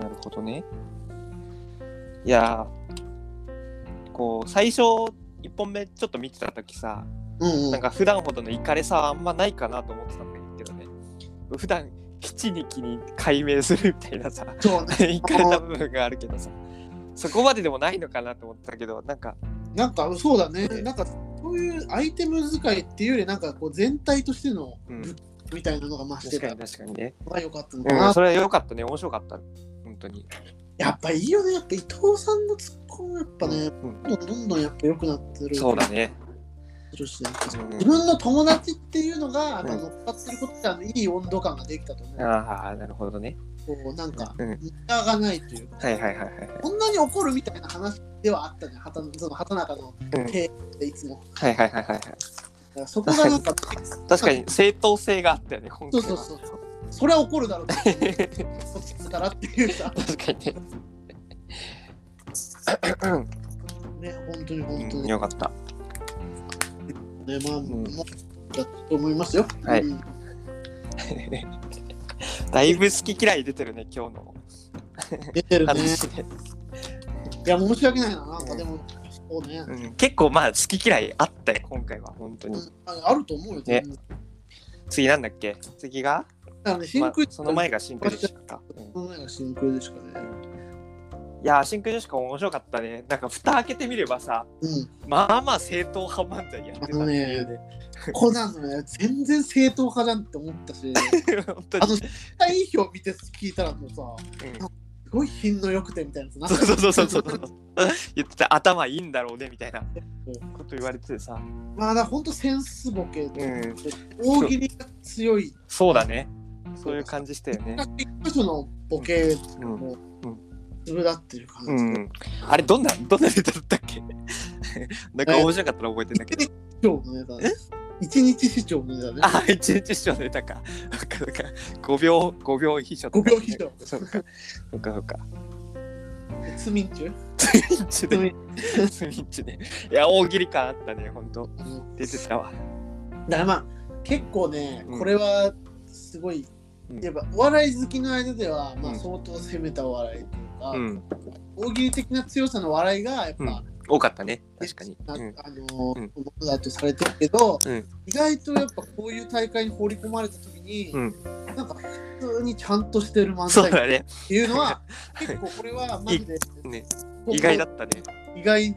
Speaker 2: なるほどね。いやー、こう、最初、1本目ちょっと見てたときさ、
Speaker 1: うんうん
Speaker 2: なんか普段ほどのイカれさはあんまないかなと思ってたんだけどね。普段基地に気に解明するみたいなさ、
Speaker 1: そうね
Speaker 2: イカれた部分があるけどさ、そこまででもないのかなと思ったけど、なんか、
Speaker 1: なんかそうだね
Speaker 2: ね
Speaker 1: なんかそういうアイテム使いっていうよりなんかこう全体としての
Speaker 2: うん
Speaker 1: 物みたいなのが増して
Speaker 2: 確か
Speaker 1: た
Speaker 2: に確かにね。
Speaker 1: のが良かったのかな、
Speaker 2: うん、それは良かったね。面白かった。本当に。
Speaker 1: やっぱいいよねやっぱ伊藤さんのツッコミやっぱね、
Speaker 2: うん
Speaker 1: どんどんどんやっぱ良くなってる
Speaker 2: そうだね。
Speaker 1: するしなんか
Speaker 2: うん
Speaker 1: 自分の友達っていうのがやっぱ
Speaker 2: うん
Speaker 1: 乗っかってることであのいい温度感ができたと思う、
Speaker 2: ああ、なるほどね。
Speaker 1: こうなんか
Speaker 2: うん
Speaker 1: 無駄がないというか、
Speaker 2: はいはいはいはい。
Speaker 1: こんなに怒るみたいな話ではあったね畑その畑中の
Speaker 2: うん
Speaker 1: 経営でいつも、
Speaker 2: はいはいはいはいはい。
Speaker 1: だからそこがなんか
Speaker 2: 確かに正当性があったよね、今
Speaker 1: そ
Speaker 2: 回
Speaker 1: う
Speaker 2: は。
Speaker 1: そうそうそれは怒るだろうと
Speaker 2: 確
Speaker 1: そっちだらっていう さ
Speaker 2: かにね。
Speaker 1: ね本当に
Speaker 2: う
Speaker 1: 本当
Speaker 2: ん
Speaker 1: にね
Speaker 2: よかった。
Speaker 1: まあ、
Speaker 2: ん
Speaker 1: もうだと思いますよ
Speaker 2: はい
Speaker 1: うん
Speaker 2: だいぶ好き嫌い出てるね、今日の
Speaker 1: 出てるね
Speaker 2: 話で。
Speaker 1: いやもう申し訳ないななん
Speaker 2: う
Speaker 1: か
Speaker 2: ん
Speaker 1: でもそうね、
Speaker 2: うん、結構まあ好き嫌いあったよ、今回は、本当
Speaker 1: う
Speaker 2: に。
Speaker 1: んああると思うよ、
Speaker 2: ね
Speaker 1: 全然
Speaker 2: 次なんだっけ次が、
Speaker 1: だからね
Speaker 2: ま
Speaker 1: 真
Speaker 2: あ
Speaker 1: 空、
Speaker 2: その前が真空でしたか。うん
Speaker 1: その前が真空でしかね
Speaker 2: いやー、真空女子校面白かったね。なんか、蓋開けてみればさ、
Speaker 1: うん
Speaker 2: まあまあ正統派漫才やってたっていうね。
Speaker 1: コナンのね全然正統派じゃんって思った し
Speaker 2: 本当
Speaker 1: あ
Speaker 2: に。
Speaker 1: の代表見て聞いたらもうさすごい品の良くてみたいなやつな
Speaker 2: うんそうそうそうそうそう。言ってた、頭いいんだろうね、みたいなこと言われててさ。
Speaker 1: まあだからほんとセンスボケで、
Speaker 2: うん
Speaker 1: 大喜利が強い
Speaker 2: そうだね。そういう感じしたよね。
Speaker 1: 一箇所のボケ
Speaker 2: うん。
Speaker 1: も
Speaker 2: う
Speaker 1: 粒だってる感じ
Speaker 2: う
Speaker 1: で、
Speaker 2: ん、あれ、どんな、どんなネタだったっけ なんか面白かったら覚えてんだけど。
Speaker 1: 市長のネタね一日市長のネタね
Speaker 2: あ、一日師匠のネタか。なんか、なんか、5秒、5秒秘書と
Speaker 1: 5
Speaker 2: か。
Speaker 1: 秒以上
Speaker 2: そうか。そうか、そうか。
Speaker 1: ツミンチュ
Speaker 2: スイッチで。スイッチで。いや、大喜利感あったね、ほんと。出てたわ。
Speaker 1: だからまあ結構ね
Speaker 2: うん
Speaker 1: これはすごい、
Speaker 2: うん
Speaker 1: やっぱお笑い好きの間では、ま
Speaker 2: う
Speaker 1: あ、
Speaker 2: ん
Speaker 1: 相当攻めたお笑いというか、
Speaker 2: うん。
Speaker 1: 大喜利的な強さの笑いがやっぱ、
Speaker 2: うん多かったね、確かに。
Speaker 1: な
Speaker 2: うん
Speaker 1: あのー
Speaker 2: うん
Speaker 1: ものだとされてるけど、
Speaker 2: うん
Speaker 1: 意外とやっぱこういう大会に放り込まれた時に、
Speaker 2: うん
Speaker 1: なんか普通にちゃんとしてる漫
Speaker 2: そう
Speaker 1: 才っ
Speaker 2: だね。
Speaker 1: ていうのは結構これはマ ジで
Speaker 2: ね
Speaker 1: ここ
Speaker 2: 意外だったね。
Speaker 1: 意外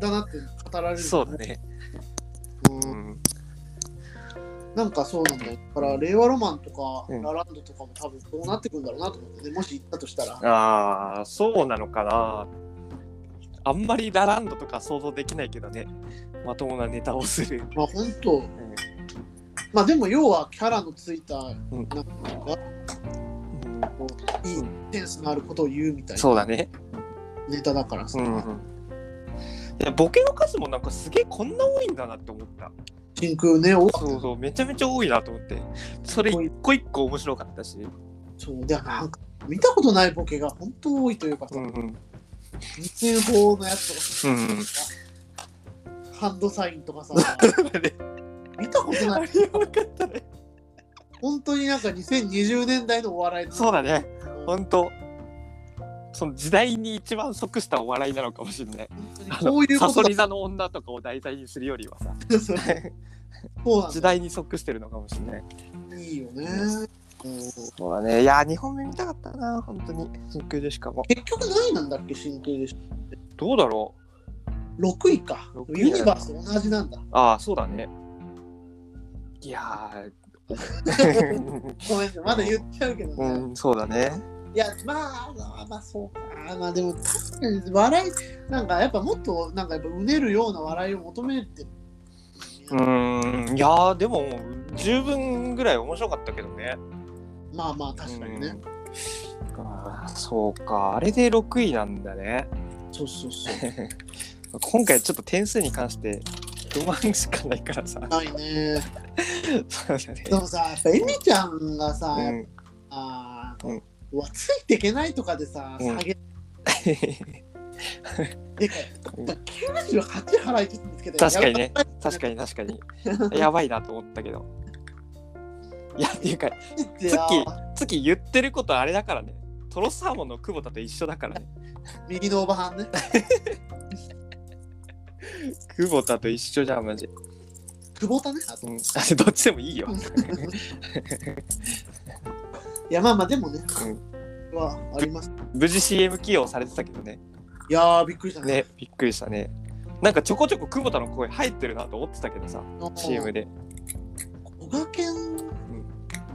Speaker 1: だなって語られる
Speaker 2: そうだね。
Speaker 1: う
Speaker 2: うんん。
Speaker 1: なんかそうなんだよだから令和ロマンとか、
Speaker 2: うん
Speaker 1: ラランドとかも多分どうなってくるんだろうなと思って、ね、もし行ったとしたら
Speaker 2: ああ、そうなのかな。あんまりラランドとか想像できないけどね。まともなネタをする。
Speaker 1: まあ本当まあでも要はキャラのついたなんか
Speaker 2: うん
Speaker 1: こういいセンスのあることを言うみたい
Speaker 2: そう
Speaker 1: な
Speaker 2: だね。
Speaker 1: ネタだからさ、
Speaker 2: うん。いや、ボケの数もなんかすげえこんな多いんだなって思った。
Speaker 1: 真空ね多かった
Speaker 2: そうそう、めちゃめちゃ多いなと思って。それ一個一個面白かったし。
Speaker 1: そうでなんか見たことないボケが本当多いというかさ、
Speaker 2: うんうん。
Speaker 1: 実演法のやつとかさ、
Speaker 2: うんうん
Speaker 1: ハンドサインとかさ
Speaker 2: ね
Speaker 1: 見たこと
Speaker 2: あ
Speaker 1: ない
Speaker 2: れやばかったね。
Speaker 1: 本当になんか2020年代のお笑いの
Speaker 2: そうだね。
Speaker 1: うん本
Speaker 2: 本当その時代に一番即したお笑いなのかもしれない。
Speaker 1: 当
Speaker 2: あ
Speaker 1: に
Speaker 2: の
Speaker 1: こういうこと
Speaker 2: サソ
Speaker 1: だ
Speaker 2: リ座の女とかを題材にするよりはさ、
Speaker 1: そうそうなん
Speaker 2: 時
Speaker 1: だ
Speaker 2: 代に即してるのかもしれない。
Speaker 1: いいよね、うん
Speaker 2: そうだね。いやー、2本目見たかったな、本当に。真空でしかも。
Speaker 1: 結局何位なんだっけ真空でしょ
Speaker 2: どうだろう
Speaker 1: 6位か
Speaker 2: 六位だよ
Speaker 1: ユニバースと同じなん だ
Speaker 2: ああ、そうだね。いやー。
Speaker 1: ごめんねまだ言っちゃうけどね、
Speaker 2: うん、そうだね。
Speaker 1: いや、まあ、まあ、まあ、そうか。まあ、でも、確かに笑い、なんか、やっぱもっと、なんか、やっぱ、うねるような笑いを求めてる。
Speaker 2: うーん、いやー、でも、十分ぐらい面白かったけどね。
Speaker 1: まあまあ、確かにね。
Speaker 2: うん。あーそうか、あれで6位なんだね。
Speaker 1: そうそうそう。
Speaker 2: 今回ちょっと点数に関して、不満しかないからさ。
Speaker 1: ないね。
Speaker 2: そうだね。
Speaker 1: でもさ、やっぱ、エミちゃんがさ、
Speaker 2: う
Speaker 1: やっ
Speaker 2: ん、
Speaker 1: ぱ、
Speaker 2: うん
Speaker 1: うわ、ついていけないとかでさ、
Speaker 2: うん
Speaker 1: 下げてか、やっぱ98払いちょっとつけて。
Speaker 2: 確かにね。確かに確かに。やばいなと思ったけど。いや、っていうか、
Speaker 1: に。って
Speaker 2: さっき月言ってることあれだからね。トロサーモンの久保田と一緒だからね。
Speaker 1: 右のおばはんね。
Speaker 2: 久保田と一緒じゃん、マジ。
Speaker 1: 久保田ね。あと
Speaker 2: うん、あどっちでもいいよ。
Speaker 1: いや、まあまあ、でもね。
Speaker 2: うん
Speaker 1: はあります。
Speaker 2: 無事 CM 起用されてたけどね。
Speaker 1: いやー、びっくりしたね。
Speaker 2: ね、びっくりしたね。なんかちょこちょこ久保田の声入ってるなと思ってたけどさ、CM で。
Speaker 1: 小賀健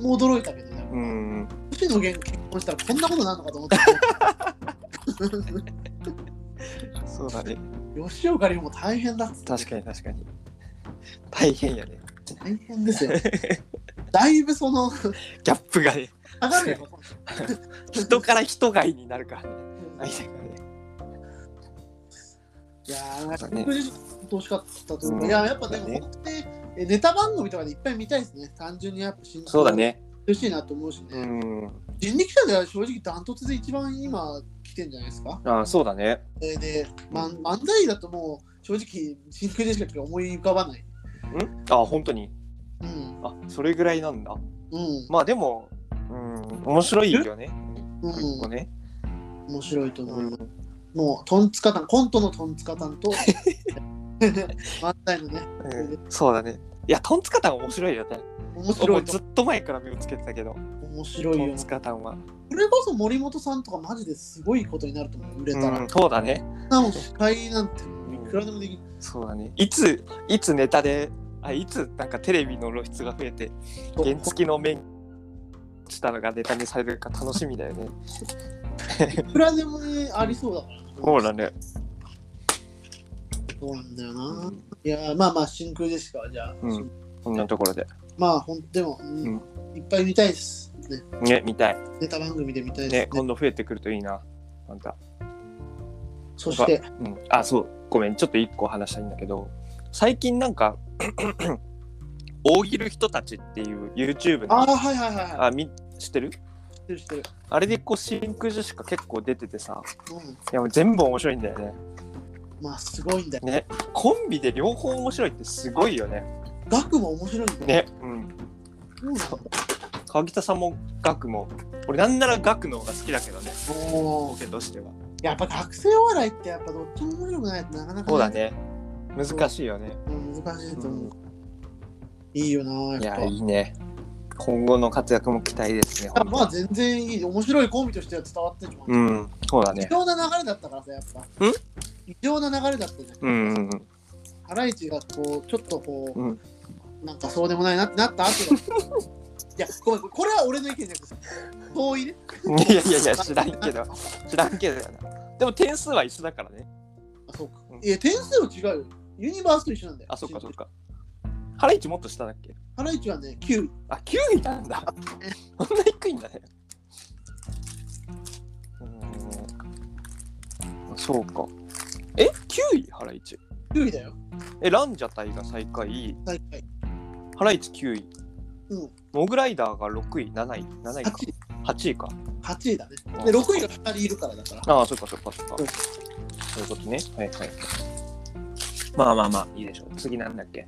Speaker 1: も驚いたけどね。
Speaker 2: うん。
Speaker 1: 星野源が結婚したらこんなことなんのかと思 った
Speaker 2: そうだね。
Speaker 1: けど。吉岡里帆も大変だっつって
Speaker 2: 確かに確かに。大変やね。
Speaker 1: 大変です よ。だいぶその、上
Speaker 2: ギャップがね。
Speaker 1: がるよ。
Speaker 2: 人から人外になるからね。相手がね。
Speaker 1: いやー、なん
Speaker 2: そ
Speaker 1: か
Speaker 2: うだね
Speaker 1: 僕自身欲しかったというか、
Speaker 2: うん
Speaker 1: いや、やっぱでも
Speaker 2: そうだね
Speaker 1: 本当にえネタ番組とかでいっぱい見たいですね。単純にやっぱ新
Speaker 2: そうだ。ね。
Speaker 1: 欲しいなと思うしね。
Speaker 2: うん。
Speaker 1: 人力車では正直ダントツで一番今来てんじゃないですか。
Speaker 2: ああ、そうだね。
Speaker 1: それで、ま、漫才だともう正直真空でしか思い浮かばない。
Speaker 2: うんああ、本当に。
Speaker 1: うん。
Speaker 2: あ、それぐらいなんだ。
Speaker 1: うん。
Speaker 2: まあでも、うん、面白いよね。
Speaker 1: うん
Speaker 2: 一個ね。
Speaker 1: 面白いと思
Speaker 2: う
Speaker 1: う。
Speaker 2: ん。
Speaker 1: もうトンツカタン、コントのトンツカタンと 漫才のね、
Speaker 2: うんそうだね。いや、トンツカタン面白いよね。
Speaker 1: 面白
Speaker 2: も
Speaker 1: いうと
Speaker 2: ずっと前から目をつけてたけど、
Speaker 1: 面白
Speaker 2: ト
Speaker 1: いよ
Speaker 2: ン。ツカタンは。
Speaker 1: これこそ森本さんとかマジですごいことになると思う、売れたら。
Speaker 2: うん、そうだね。
Speaker 1: なお司会なんていくらでもできる。
Speaker 2: そうだね。いつ、いつネタで、あ、いつなんかテレビの露出が増えて、原付きの面したのがネタにされるか楽しみだよね。
Speaker 1: いくらでもね、ありそうだから。
Speaker 2: そうだね。
Speaker 1: そうなんだよ
Speaker 2: う
Speaker 1: な。
Speaker 2: ん
Speaker 1: いやー、まあまあ、真空ですから、じゃあ。
Speaker 2: うんこんなところで。
Speaker 1: まあ、ほんでも、うんいっぱい見たいです。ね、
Speaker 2: ね、見たい。
Speaker 1: ネタ番組で見たいですね
Speaker 2: ね、。今度増えてくるといいな。また。
Speaker 1: そして、
Speaker 2: うん、あそうごめんちょっと一個話したいんだけど最近なんか 大喜利人たちっていう YouTube の
Speaker 1: あ
Speaker 2: あ
Speaker 1: あ、はいはいはいは
Speaker 2: み知ってる
Speaker 1: い。知ってる知ってる。
Speaker 2: あれでこう真空ジェシカ結構出ててさ
Speaker 1: うん。
Speaker 2: いやもう全部面白いんだよね
Speaker 1: まあ、すごいんだよ。
Speaker 2: ねコンビで両方面白いってすごいよね
Speaker 1: ガクも面白いんだよ。
Speaker 2: ねうん
Speaker 1: そうなんだ。
Speaker 2: 川北さんもガクも俺なんならガクの方が好きだけどね
Speaker 1: も
Speaker 2: ボケとしては
Speaker 1: う、やっぱ学生お笑いって、やっぱどっちも面白くないとなかなか、
Speaker 2: そうだ。ね難しいよね
Speaker 1: うん難しいと思う。いいよな、
Speaker 2: い
Speaker 1: やっ
Speaker 2: や
Speaker 1: ぱ。
Speaker 2: いいね今後の活躍も期待ですね
Speaker 1: あまあ全然いい面白いコンビとしては伝わってるもん、
Speaker 2: うんそうだ
Speaker 1: 異
Speaker 2: ね
Speaker 1: 常な流れだったからさやっぱ
Speaker 2: ん
Speaker 1: 異常な流れだったじゃん、
Speaker 2: うんうんうん
Speaker 1: ハライチがこうちょっとこう、
Speaker 2: うん
Speaker 1: なんかそうでもないなってな った後だいやごめんこれは俺の意見じゃなくて遠いね
Speaker 2: いやいやいや、知らんけど、知らんけどやな。でも点数は一緒だからね。
Speaker 1: あそうか
Speaker 2: うん
Speaker 1: いや点数は違うよユニバースと一緒なんだよ
Speaker 2: あ、そっかそっか。ハライチもっと下だっけ
Speaker 1: ハライチはね9位
Speaker 2: あ、9位なん だ。そんな低いんだね。うーん。そうか。え ?9 位ハライチ。
Speaker 1: 9位だよ
Speaker 2: え、ランジャタイが最下位、
Speaker 1: 大会
Speaker 2: ハライチ9位。
Speaker 1: うん
Speaker 2: モグライダーが6位、7位、7位か。
Speaker 1: 8位
Speaker 2: 8位か。
Speaker 1: 8位だね
Speaker 2: うん
Speaker 1: で6位が2人いるからだから
Speaker 2: ああ、そっかそっかそっか。
Speaker 1: うん
Speaker 2: そういうことね。はいはい。まあまあまあ、いいでしょう。次なんだっけ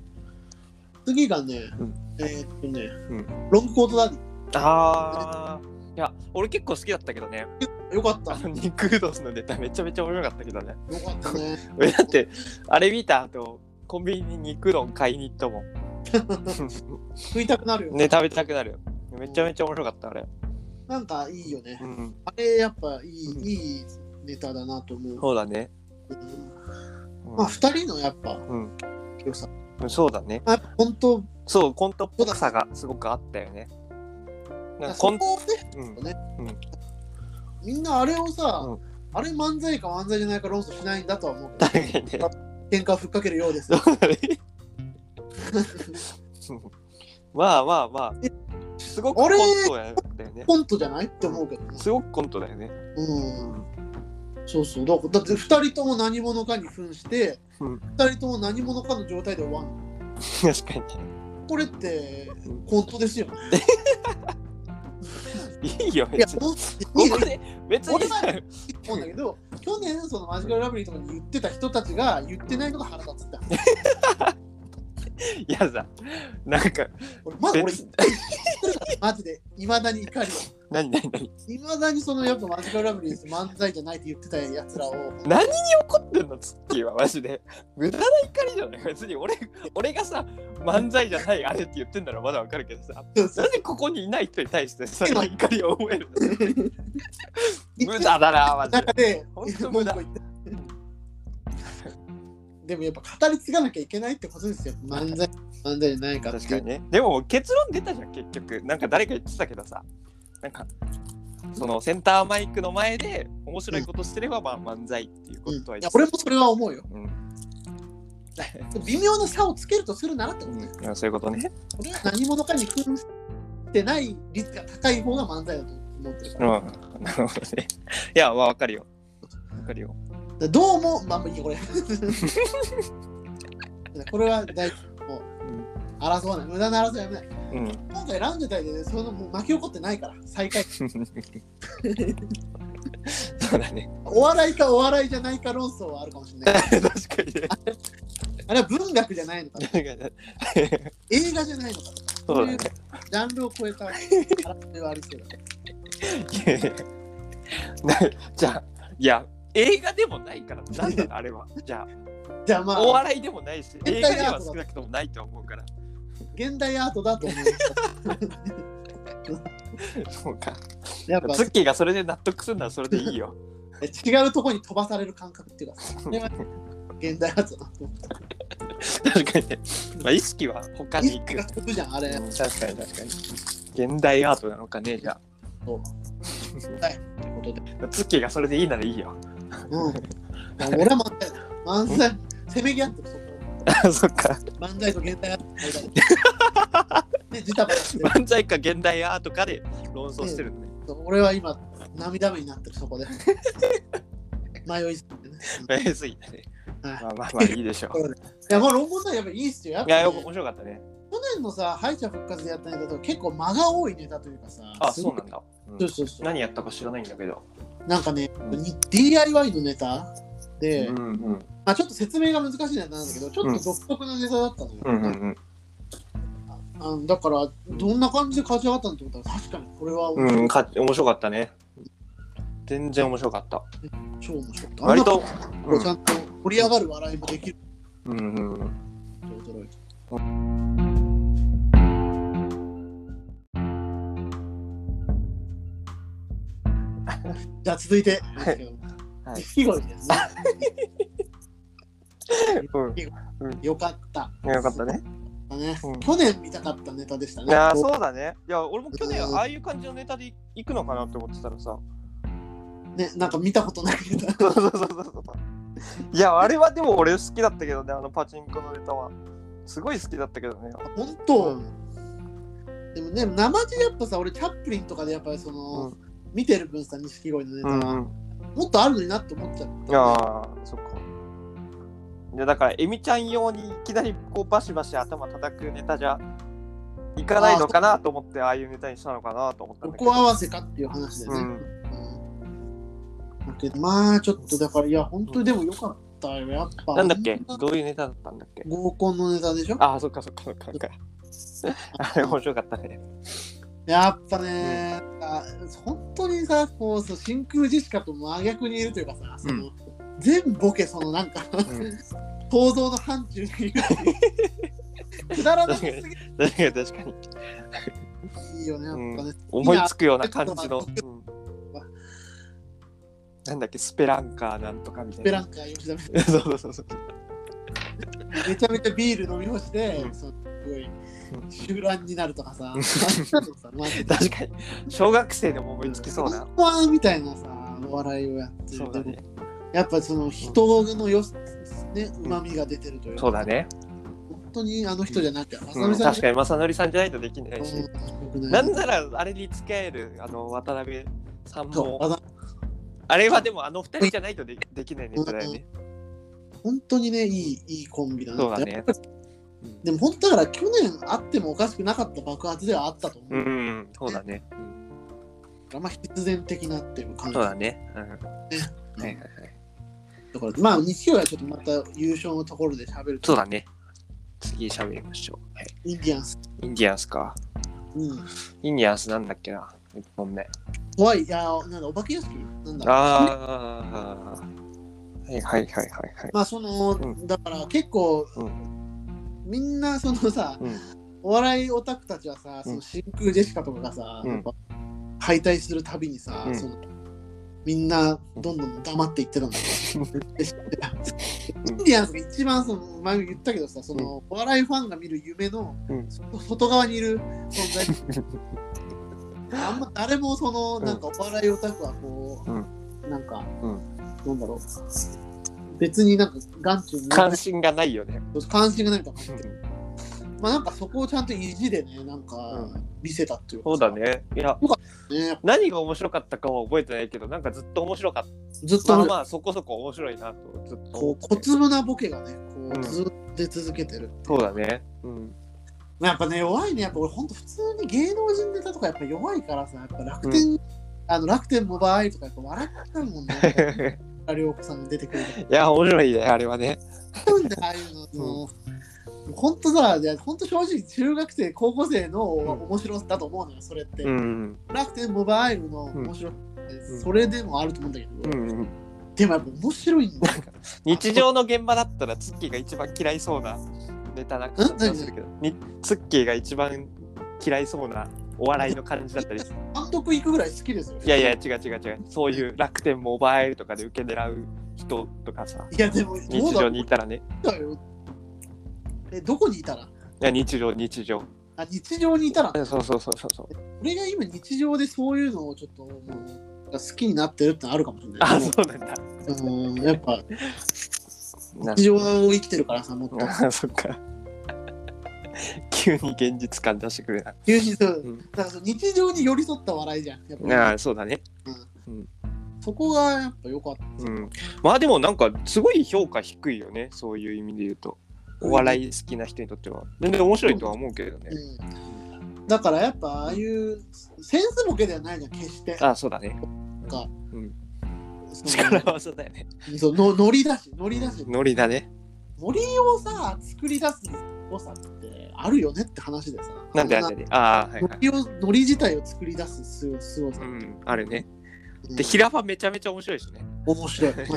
Speaker 1: 次がね、
Speaker 2: うん
Speaker 1: えーっとね、
Speaker 2: うん
Speaker 1: ロングコートダデ
Speaker 2: ああ。いや、俺結構好きだったけどね。
Speaker 1: ィよかった
Speaker 2: あの肉うどんのネタめちゃめちゃ面白かったけどね。
Speaker 1: よかったね
Speaker 2: 俺だって、あれ見た後、コンビニに肉うどん買いに行ったもん。
Speaker 1: 食いたくなるよね
Speaker 2: ね、食べたくなるよ。めちゃめちゃ面白かった、あれ。
Speaker 1: なんかいいよね。
Speaker 2: うん。
Speaker 1: あれやっぱいい,、
Speaker 2: うん
Speaker 1: いいネタだなと思う。
Speaker 2: そうだね。
Speaker 1: うん
Speaker 2: うん
Speaker 1: まあ二人のやっぱ
Speaker 2: うん
Speaker 1: 良さ。
Speaker 2: うん、そうだね。
Speaker 1: まあ、やっぱ本当
Speaker 2: そう、コントっぽさがすごくあったよね。なんかコント、
Speaker 1: そこをね
Speaker 2: うん、
Speaker 1: みんなあれをさ、
Speaker 2: うん
Speaker 1: あれ漫才か漫才じゃないか論争しないんだとは思うけ
Speaker 2: 確かにね。
Speaker 1: ど。喧嘩をふっかけるようです
Speaker 2: そ。うだねまあまあまあ、すごくコントだよね。
Speaker 1: コントじゃないって思うけどね。
Speaker 2: すごくコントだよね。
Speaker 1: うん。そうそう。だからだって二人とも何者かに扮して、
Speaker 2: う
Speaker 1: 二、
Speaker 2: ん
Speaker 1: 人とも何者かの状態で終わん。
Speaker 2: 確かに。
Speaker 1: これってコントですよね。
Speaker 2: いいよ、
Speaker 1: いや、
Speaker 2: 別に。
Speaker 1: コントいい
Speaker 2: こ
Speaker 1: よ
Speaker 2: こで、別に
Speaker 1: 俺は思うんだけど、去年そのマジカルラブリーとかに言ってた人たちが言ってないのが腹立つんだ。
Speaker 2: いやさ、なんか、
Speaker 1: 俺まず俺
Speaker 2: 別、
Speaker 1: マジで、いまだに怒りを。
Speaker 2: 何何何
Speaker 1: いまだにそのやっぱマジカルラブリーズ漫才じゃないって言ってたやつらを。
Speaker 2: 何に怒ってんの、ツッキーは、マジで。無駄な怒りじゃない別に俺、俺がさ、漫才じゃないあれって言ってんならまだわかるけどさ、なぜここにいない人に対してさ、
Speaker 1: 今
Speaker 2: 怒りを思えるの無駄だな、マジで。
Speaker 1: 中で、
Speaker 2: ほんと無駄
Speaker 1: 文句言ってでもやっぱ語り継がなきゃいけないってことですよ、漫才。なんでないかって
Speaker 2: 確
Speaker 1: い
Speaker 2: か
Speaker 1: う
Speaker 2: にねでも結論出たじゃん結局なんか誰か言ってたけどさなんかそのセンターマイクの前で面白いことしてれば、まあ漫才っていうこ
Speaker 1: うん
Speaker 2: とはい言
Speaker 1: や
Speaker 2: ってた
Speaker 1: 俺もそれは思うよ
Speaker 2: うん
Speaker 1: 微妙な差をつけるとするならってことね
Speaker 2: うん、そういうことね。
Speaker 1: 俺は何者かに組んでない率が高い方が漫才だと思ってるか
Speaker 2: うん、
Speaker 1: ら
Speaker 2: なるほどね。いや、まあ、わかるよ。わかるよ。
Speaker 1: でどうも、まあ、まあいいよこれ。 これは大事。もう
Speaker 2: うん、
Speaker 1: 争わない。無駄な争いはやめない。
Speaker 2: うん。
Speaker 1: 今回、ランジェタイで、ね、そのもう巻き起こってないから、最下位。
Speaker 2: そうだね。
Speaker 1: お笑いかお笑いじゃないか論争はあるかもしれ ない。
Speaker 2: 確かにね。
Speaker 1: あれは文学じゃないのか、映画じゃないのか、
Speaker 2: そうだね。
Speaker 1: ジャンルを超えた争いはありそうだ。
Speaker 2: なじゃあ、いや、映画でもないから、なんだあれは。じゃ
Speaker 1: じゃあま
Speaker 2: あ、お
Speaker 1: あ、
Speaker 2: 笑いでもないし、
Speaker 1: 絶
Speaker 2: 映画
Speaker 1: 対
Speaker 2: で
Speaker 1: アー
Speaker 2: は
Speaker 1: トだ
Speaker 2: 少なくともないと思うから。
Speaker 1: 現代アートだと思う。
Speaker 2: そうか。
Speaker 1: やっぱ
Speaker 2: ツッキーがそれで納得するならそれでいいよ。
Speaker 1: 違うとこに飛ばされる感覚っていうか、それは現代アートだと思う。
Speaker 2: 確かにね。まあ、意識は他に
Speaker 1: 意
Speaker 2: 行
Speaker 1: 識
Speaker 2: く。
Speaker 1: が飛ぶじゃん、あれ。
Speaker 2: うん確かに確かに。現代アートなのかね、じゃあ。
Speaker 1: そうはい、ということで。
Speaker 2: ツッキーがそれでいいならいいよ。
Speaker 1: うん。俺は漫才だ。漫才、せめぎ合ってる、そこ。
Speaker 2: そっか。
Speaker 1: 漫才と現代アートの間 に。で、ジタバタしてる。
Speaker 2: 漫才か現代アートかで論争してるんで。
Speaker 1: 俺は今、涙目になってる、そ こで。迷いすぎてね。
Speaker 2: ベースいいね。
Speaker 1: はい
Speaker 2: まあまあまあいいで しょう。
Speaker 1: いや、もう論文だやっぱいいっすよ。やっ
Speaker 2: い
Speaker 1: ぱ
Speaker 2: や、
Speaker 1: ね
Speaker 2: よ面白かったね。
Speaker 1: 去年のさ、敗者復活でやったネタと結構間が多いネタというかさ。
Speaker 2: あ、
Speaker 1: すご
Speaker 2: そ
Speaker 1: いう
Speaker 2: なんだ。うん
Speaker 1: そうそうそう。
Speaker 2: 何やったか知らないんだけど。
Speaker 1: なんかね、
Speaker 2: うん
Speaker 1: DIY のネタ
Speaker 2: う
Speaker 1: で、
Speaker 2: んうん
Speaker 1: まあちょっと説明が難しいネタなんだけど、ちょっと独特なネタだったのよ。
Speaker 2: うんうん
Speaker 1: あだから、どんな感じで勝ち上がったのってことは、確かにこれは
Speaker 2: うん。うん、か面白かったね。全然面白かった。
Speaker 1: 超面白かった。
Speaker 2: 割と。
Speaker 1: あんなこうちゃんと盛り上がる笑いもできる
Speaker 2: うんうんうん。
Speaker 1: って驚いた。じゃあ続いてなんですけど、
Speaker 2: は
Speaker 1: 錦
Speaker 2: い
Speaker 1: 鯉ですね。
Speaker 2: うん
Speaker 1: よかった。
Speaker 2: よかったね。
Speaker 1: だね
Speaker 2: うん
Speaker 1: 去年見たかったネタでした
Speaker 2: い
Speaker 1: ね。
Speaker 2: やー、
Speaker 1: こ
Speaker 2: そうだね。いや、俺も去年ああいう感じのネタで行くのかなって思ってたらさ。
Speaker 1: うねなんか見たことないネタ。
Speaker 2: そうそうそうそうそう。いや、あれはでも俺好きだったけどね、あのパチンコのネタは。すごい好きだったけどね。
Speaker 1: 本当、でもね、生地やっぱさ、俺、チャップリンとかでやっぱりその、
Speaker 2: うん
Speaker 1: 見てる分さ、錦鯉のネタ
Speaker 2: うん
Speaker 1: は、
Speaker 2: うん。
Speaker 1: もっとあるのになって思っちゃった。
Speaker 2: いやーそっか。いやだから、エミちゃん用にいきなりこうバシバシ頭叩くネタじゃいかないのかなと思って、ああいうネタにしたのかなと思ったんだけど。
Speaker 1: 横合わせかっていう話でね。
Speaker 2: う
Speaker 1: う
Speaker 2: ん
Speaker 1: んだけどまあ、ちょっとだから、いや、本当にでもよかったよ、やっぱ。
Speaker 2: なんだっけどういうネタだったんだっけ
Speaker 1: 合コンのネタでしょ
Speaker 2: ああ、そっかそっかそっかそっか。あれ面白か ったね。
Speaker 1: やっぱね、あ本当にさ、こうそう真空ジェシカと真逆にいるというかさ、その全ボケ、そのなんか、構造の範疇にい るっていうくだらなさすぎて
Speaker 2: 確かに確かに。
Speaker 1: いいよね、やっぱね。
Speaker 2: 思いつくような感じの。
Speaker 1: い
Speaker 2: うんなんだっけスペランカーなんとかみたい
Speaker 1: ベラ
Speaker 2: な。
Speaker 1: ンカー吉田
Speaker 2: そうそうそうそう。
Speaker 1: めちゃめちゃビール飲み干して、
Speaker 2: うん
Speaker 1: そうすごい
Speaker 2: ん
Speaker 1: 集団になると かさ、あんなのさマジで
Speaker 2: 確かに、小学生でも思いつきそうな。
Speaker 1: ワンワンみたいなさ、お笑いをやって
Speaker 2: そう
Speaker 1: る
Speaker 2: だね。
Speaker 1: やっぱその人のよす、ね、うまみが出てるというか
Speaker 2: そうだね。
Speaker 1: 本当にあの人じゃなきゃ、浅
Speaker 2: うん
Speaker 1: 見さん
Speaker 2: 確かに、正則さんじゃないとできないし。
Speaker 1: うん
Speaker 2: なんなら、あれに付き合える、あの、渡辺さん
Speaker 1: そう
Speaker 2: も。
Speaker 1: あだ
Speaker 2: あれはでも、あの二人じゃないとできできないネタだよね。
Speaker 1: 本当にね、いい、いいコンビだな
Speaker 2: そうだね。
Speaker 1: でも本当だから去年あってもおかしくなかった爆発ではあったと思
Speaker 2: うん、
Speaker 1: う
Speaker 2: う。ん、そうだね。うん
Speaker 1: まあ必然的なっていう感じ。
Speaker 2: そうだ
Speaker 1: だ
Speaker 2: ね。うん。はいはいはい。
Speaker 1: からまあ日曜はちょっとまた優勝のところで喋ると
Speaker 2: そうだね。次喋りましょう。はい
Speaker 1: インディアンス。
Speaker 2: インディアンスか。
Speaker 1: うん。
Speaker 2: インディアンスなんだっけな。一本目。
Speaker 1: 怖い。いやー、なんだ、お化け屋敷なんだ。
Speaker 2: ああ。はいはいはいはいはい。
Speaker 1: まあその、
Speaker 2: ん
Speaker 1: だから結構、
Speaker 2: う
Speaker 1: みんなそのさ、
Speaker 2: うん
Speaker 1: お笑いオタクたちはさ、その真空ジェシカとかがさ、
Speaker 2: うん
Speaker 1: やっぱ敗退するたびにさ、
Speaker 2: うん
Speaker 1: そのみんなどんどん黙っていってたんだけどインディアンスが一番その前も言ったけどさその、お笑いファンが見る夢の、
Speaker 2: うん
Speaker 1: その外側にいる存 在あんま誰もそのなんかお笑いオタクはこう、
Speaker 2: うん
Speaker 1: なんか、
Speaker 2: うん
Speaker 1: なんだろう別になんか眼中に
Speaker 2: 関心がないよね。
Speaker 1: 関心がないみたいな感じで、まあなんかそこをちゃんと意地でねなんか
Speaker 2: うん
Speaker 1: 見せたっていうか
Speaker 2: そうだね。いや、
Speaker 1: ね
Speaker 2: 何が面白かったかは覚えてないけど、なんかずっと面白かっ。
Speaker 1: ずったと
Speaker 2: まあ
Speaker 1: ね
Speaker 2: まあ、そこそこ面白いなと、ずっと
Speaker 1: こう
Speaker 2: 思って
Speaker 1: 小粒なボケがねこ
Speaker 2: うん
Speaker 1: うずっと出続けてる、
Speaker 2: そうだね。うん。
Speaker 1: まあやっぱね弱いねやっぱ俺ほんと普通に芸能人ネタとかやっぱ弱いからさやっぱ楽天、あの楽天モバイルとかやっぱ笑っちゃうもんね涼子さんが出てくる
Speaker 2: いや、面白いね、あれはね。
Speaker 1: なんでああいうのもうほんとさいやほんと正直中学生高校生の面白さだと思うのよそれって、
Speaker 2: うん。
Speaker 1: 楽天モバイルの面白さって、
Speaker 2: ん
Speaker 1: それでもあると思うんだけど、
Speaker 2: うん、
Speaker 1: でもやっぱ面白いんだよ
Speaker 2: 日常の現場だったらツッキーが一番嫌いそうなネタな感じがするけどにツッキーが一番嫌いそうなお笑いの感じだったりする
Speaker 1: 監督行くぐらい好きですよ
Speaker 2: いやいや違う違う違うそういう楽天モバイルとかで受け狙う人とかさ
Speaker 1: いやでもどうだ
Speaker 2: 日
Speaker 1: ろう
Speaker 2: 常にいたらね
Speaker 1: だよ。え、どこにいたら
Speaker 2: いや日常日常
Speaker 1: あ、日常にいたら
Speaker 2: そうそうそうそうそう
Speaker 1: 俺が今日常でそういうのをちょっともう好きになってるってのあるかもしれない。
Speaker 2: あそうなんだ
Speaker 1: うんやっぱ
Speaker 2: な
Speaker 1: 日常を生きてるからさ、もっと。
Speaker 2: あそっか 急に現実感出してくれな
Speaker 1: 休日だ
Speaker 2: ん
Speaker 1: からその日常に寄り添った笑いじゃん。やっ
Speaker 2: あ
Speaker 1: ぱ
Speaker 2: あそうだね
Speaker 1: そこがやっぱ良かった。
Speaker 2: うんまあでもなんかすごい評価低いよねそういう意味で言うとお笑い好きな人にとっては全然面白いとは思うけれどね、
Speaker 1: うん、だからやっぱああいうセンスボケではないじゃん、決して。
Speaker 2: ああそうだね
Speaker 1: なんか
Speaker 2: うん
Speaker 1: その
Speaker 2: 力技だよね
Speaker 1: そうのノリだし、ノリだし、
Speaker 2: ノリだね
Speaker 1: ノリをさ、作り出す良さってあるよねって話でさ。
Speaker 2: なんでなんでああはい
Speaker 1: ノ
Speaker 2: はい
Speaker 1: リをノリ自体を作り出すすごすごさ
Speaker 2: う。んあるね
Speaker 1: うん
Speaker 2: で平場めちゃめちゃ面白いしね
Speaker 1: 面白 い。ま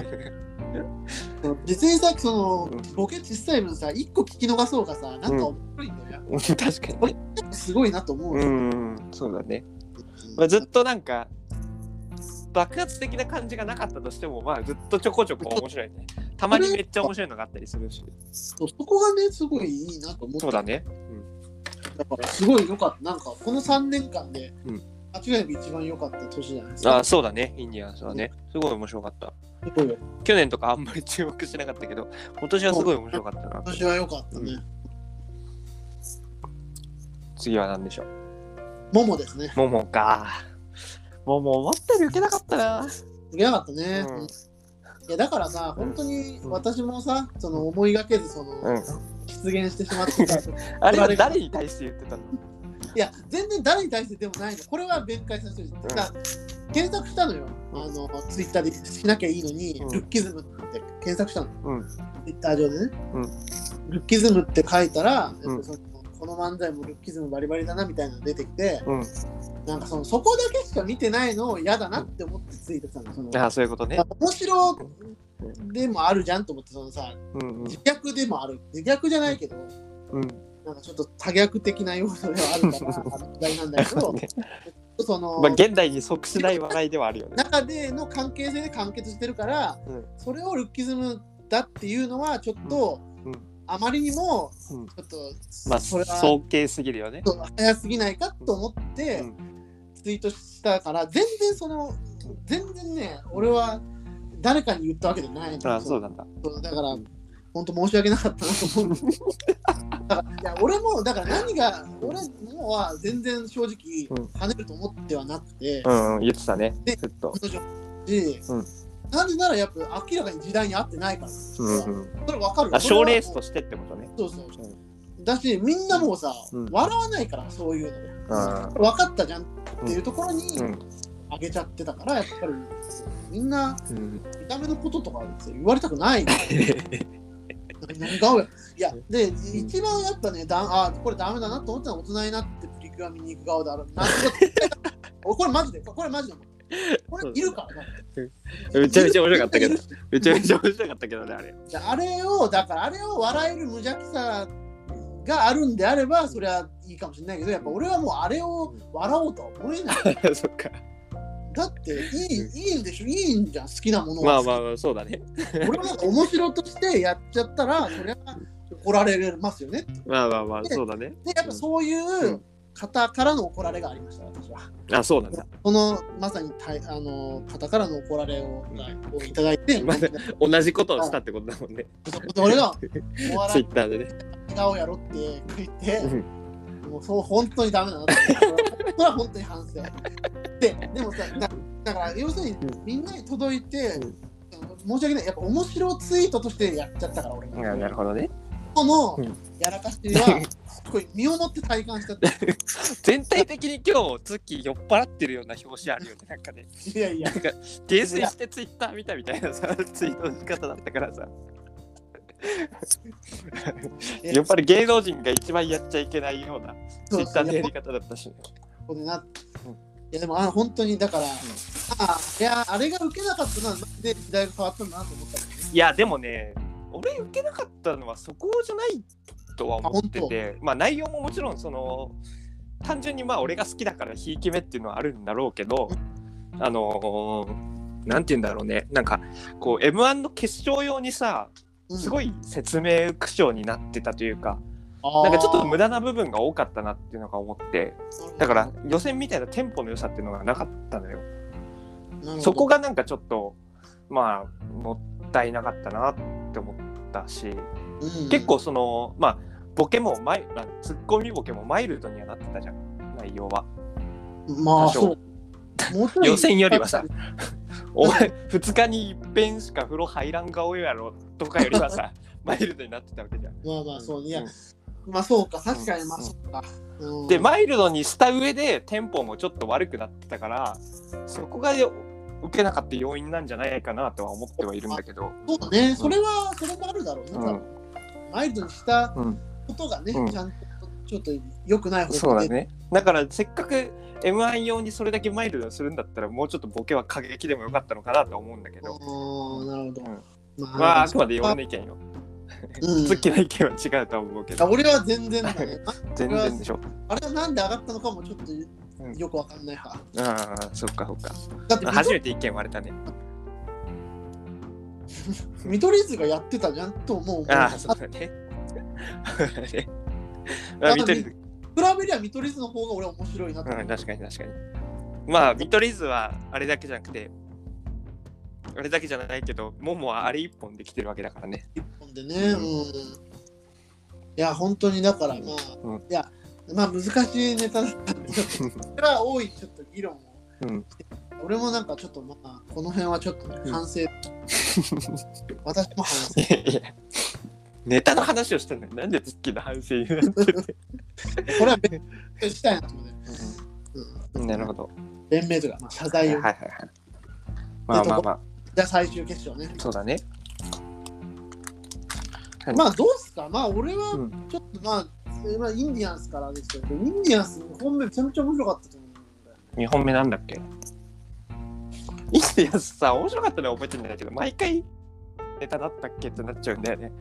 Speaker 1: あ実際さ、その
Speaker 2: うん
Speaker 1: ボケ小さい分さ、一個聞き逃そうがさ、なんか面白いんだよ。
Speaker 2: うん確かにね
Speaker 1: すごいなと思う。
Speaker 2: う
Speaker 1: うん
Speaker 2: んそうだね、まあ、ずっとなんか爆発的な感じがなかったとしてもまあずっとちょこちょこ面白いねたまにめっちゃ面白いのがあったりするし
Speaker 1: そうそこがね、すごいいいなと思った。
Speaker 2: そうだね
Speaker 1: だからすごい良かった。なんかこの3年間で、
Speaker 2: うん
Speaker 1: 間違いなく一番良かった年じゃないです
Speaker 2: あ
Speaker 1: か。
Speaker 2: あそうだねインディアンスはねすごい面白かった
Speaker 1: すごいよ
Speaker 2: 去年とかあんまり注目してなかったけど今年はすごい面白かったな
Speaker 1: 今年は良かったね。
Speaker 2: 次は何でしょう
Speaker 1: ももですね。
Speaker 2: ももかもも思ったより受けなかったな
Speaker 1: すげなかったね。
Speaker 2: うん
Speaker 1: いやだからさ、本当に私もさ、その思いがけずその、
Speaker 2: うん
Speaker 1: 出現してしまってた。
Speaker 2: あれは誰に対して言ってたの
Speaker 1: いや、全然誰に対してでもないの。これは弁解させてる。だから検索したのよ。
Speaker 2: うん
Speaker 1: あの、ツイッターでしなきゃいいのに、
Speaker 2: うん
Speaker 1: ルッキズムって検索したの。
Speaker 2: うん
Speaker 1: ツイッター上でね。
Speaker 2: う
Speaker 1: ルッキズムって書いたら、やっぱ
Speaker 2: うん
Speaker 1: そのこの漫才もルッキズムバリバリだなみたいなのが出てきて、
Speaker 2: うん
Speaker 1: なんかそのそこだけしか見てないのを嫌だなって思ってツイートしたの。その
Speaker 2: ああそういうことね
Speaker 1: 面白でもあるじゃんと思って、そのさ、
Speaker 2: うんうん
Speaker 1: 自虐でもある。自虐じゃないけど、
Speaker 2: うん
Speaker 1: なんかちょっと多逆的な要素ではあるから、問題なんだ けど、その、
Speaker 2: まあ現代に即しない笑いではあるよね
Speaker 1: 中での関係性で完結してるから、
Speaker 2: うん
Speaker 1: それをルッキズムだっていうのはちょっと、
Speaker 2: うんうん
Speaker 1: あまりにもち
Speaker 2: う
Speaker 1: ょ
Speaker 2: ん
Speaker 1: っと、
Speaker 2: まあ
Speaker 1: それは
Speaker 2: 尊敬すぎるよね
Speaker 1: ちょっと早すぎないかと思って、
Speaker 2: うん
Speaker 1: ツイートしたから全然その全然ね俺は誰かに言ったわけじゃない
Speaker 2: ああそう
Speaker 1: だ
Speaker 2: なんだ
Speaker 1: だから本当申し訳なかったなと思うだからいや俺もだから何が俺もは全然正直
Speaker 2: うん
Speaker 1: 跳ねると思ってはなくて、
Speaker 2: うんうん言ってたね
Speaker 1: で
Speaker 2: ずっと
Speaker 1: し、
Speaker 2: うん
Speaker 1: なんでならやっぱ明らかに時代に合ってないから、
Speaker 2: うんうん
Speaker 1: それわかる
Speaker 2: あ賞レースと
Speaker 1: し
Speaker 2: してってことね
Speaker 1: そうそうそうだしみんなもうさ、
Speaker 2: うん
Speaker 1: 笑わないからそういうので、
Speaker 2: あ
Speaker 1: 分かったじゃんっていうところに
Speaker 2: うん
Speaker 1: あげちゃってたからやっぱりみんな
Speaker 2: うん
Speaker 1: 見た目のこととか言われたくない から何が合うやいやで一番やっぱねだあこれダメだなと思ったのは大人になってプリキュア見に行く顔である なこれマジでこれマジでこれいるから
Speaker 2: うんめちゃめちゃ面白かったけど
Speaker 1: いる
Speaker 2: めちゃめちゃ面白かったけどねあれ
Speaker 1: であれをだからあれを笑える無邪気さがあるんであれば それはいいかもしれないけどやっぱ俺はもうあれを笑おうとは思えない
Speaker 2: そっか
Speaker 1: だっていい、いいんでしょ、いいんじゃん、好きなもの
Speaker 2: ま
Speaker 1: は
Speaker 2: あ
Speaker 1: 好き。
Speaker 2: まあまあ、そうだね。
Speaker 1: 俺は面白としてやっちゃったら、それは怒られますよね。
Speaker 2: まあまあまあ、そうだね。
Speaker 1: で、やっぱそういう方からの怒られがありました、私は。
Speaker 2: あ、そうなんだ。
Speaker 1: このまさにたいあの方からの怒られををいただいて、
Speaker 2: まだ同じことをしたってことだもんね。
Speaker 1: 俺がお
Speaker 2: ツイ
Speaker 1: 笑い
Speaker 2: ッターでね。
Speaker 1: 顔やろって言って
Speaker 2: う、ん
Speaker 1: もうそう本当にダメだなって。 それは本当に反省。で、でもさ、だだから要するに
Speaker 2: うん
Speaker 1: みんなに届いて、
Speaker 2: うん
Speaker 1: 申し訳ない、やっぱ面白ツイートとしてやっちゃったから俺も。
Speaker 2: あなるほどね。
Speaker 1: この
Speaker 2: うん
Speaker 1: やらかしは、すごい身をもって体感しちゃった。
Speaker 2: 全体的に今日、ツッキー酔っ払ってるような表紙あるよね。なんかね、
Speaker 1: いやいや、
Speaker 2: 泥酔してツイッター見たみたいなさ、ツイートの仕方だったからさ。やっぱり芸能人が一番やっちゃいけないようなツイッターのやり方だったし、ね。
Speaker 1: これな
Speaker 2: うん
Speaker 1: いやでもあ本当にだから、あいやあれが受けなかったのはなんで時代が変わったんだなと思ったけどね
Speaker 2: いやでもね俺受けなかったのはそこじゃないとは思っててまあ内容ももちろんその単純にまあ俺が好きだからひいき目っていうのはあるんだろうけどあのーなんて言うんだろうねなんかこう m 1の決勝用にさ
Speaker 1: うん
Speaker 2: すごい説明苦笑になってたというか、
Speaker 1: あー
Speaker 2: なんかちょっと無駄な部分が多かったなっていうのが思ってだから
Speaker 1: なる
Speaker 2: 予選みたいなテンポの良さっていうのがなかったのよ。
Speaker 1: ほど
Speaker 2: そこがなんかちょっとまあもったいなかったなって思ったし
Speaker 1: うん
Speaker 2: 結構そのまあボケもマイあツッコミボケもマイルドにはなってたじゃん内容は
Speaker 1: まあ
Speaker 2: 多少
Speaker 1: そうもうちょい
Speaker 2: 予選よりはさ「 お前2日に一遍しか風呂入らん顔やろ」とかより はさマイルドになってたわけじゃん。
Speaker 1: まあまあそういや、
Speaker 2: ん
Speaker 1: まあそうか確かにまあそうか、うん
Speaker 2: でマイルドにした上でテンポもちょっと悪くなってたからそこがよ受けなかった要因なんじゃないかなとは思ってはいるんだけど。
Speaker 1: そうだねそれはそれもあるだろうね、
Speaker 2: う
Speaker 1: 多分
Speaker 2: ん
Speaker 1: マイルドにした
Speaker 2: うん
Speaker 1: ことがね、
Speaker 2: うん
Speaker 1: ちゃんとちょっと良くない方向で
Speaker 2: そうだね。だからせっかく M1 用にそれだけマイルドにするんだったらもうちょっとボケは過激でもよかったのかなと思うんだけ
Speaker 1: あ
Speaker 2: ど、
Speaker 1: ーなるほど、
Speaker 2: うん
Speaker 1: ま
Speaker 2: まああくまで俺の意見よ。
Speaker 1: うん
Speaker 2: ツッキーの意見は違うと思うけ
Speaker 1: あ
Speaker 2: ど、
Speaker 1: 俺は全然だ ね
Speaker 2: 全然でしょ。
Speaker 1: あれはなんで上がったのかもちょっと
Speaker 2: ん
Speaker 1: よくわかんない派。
Speaker 2: ああ、そっかそっか。
Speaker 1: だって
Speaker 2: 初めて意見割れたね。
Speaker 1: 見取り図がやってたじゃんと思う。
Speaker 2: ああ、そうだね。 まあ見取り図、
Speaker 1: あ比べりゃ見取り図の方が俺は面白いなと思
Speaker 2: う、。
Speaker 1: うん
Speaker 2: 確かに確かに。まあ見取り図はあれだけじゃなくて、あれだけじゃないけど、ももはあれ一本できてるわけだからね。
Speaker 1: 一本でね。うん。いや、本当にだからまあ、
Speaker 2: うん
Speaker 1: いや、まあ難しいネタだったんで、それは多いちょっと議論を。
Speaker 2: うん。
Speaker 1: 俺もなんかちょっとまあ、この辺はちょっとね
Speaker 2: うん
Speaker 1: 反省。私も反省。
Speaker 2: いやいや ネタの話をしてんのになんでツッキーの反省になってて、
Speaker 1: これは別にしたいなと思って。うん、
Speaker 2: なるほど。
Speaker 1: 連盟とか、まあ、謝
Speaker 2: はい
Speaker 1: 罪
Speaker 2: はい
Speaker 1: を。
Speaker 2: はい。まあまあまあ、
Speaker 1: じゃあ最終決勝ね。
Speaker 2: そうだね。
Speaker 1: まあどうっすかまあ俺は
Speaker 2: うん
Speaker 1: ちょっとまあ、えーまあインディアンスからですけど、インディアンス2本目めちゃめちゃ面白かったと思うんだよね。
Speaker 2: 2本目なんだっけいいやつさ、面白かったのは覚えてんだけど、毎回ネタだったっけってなっちゃうんだよね。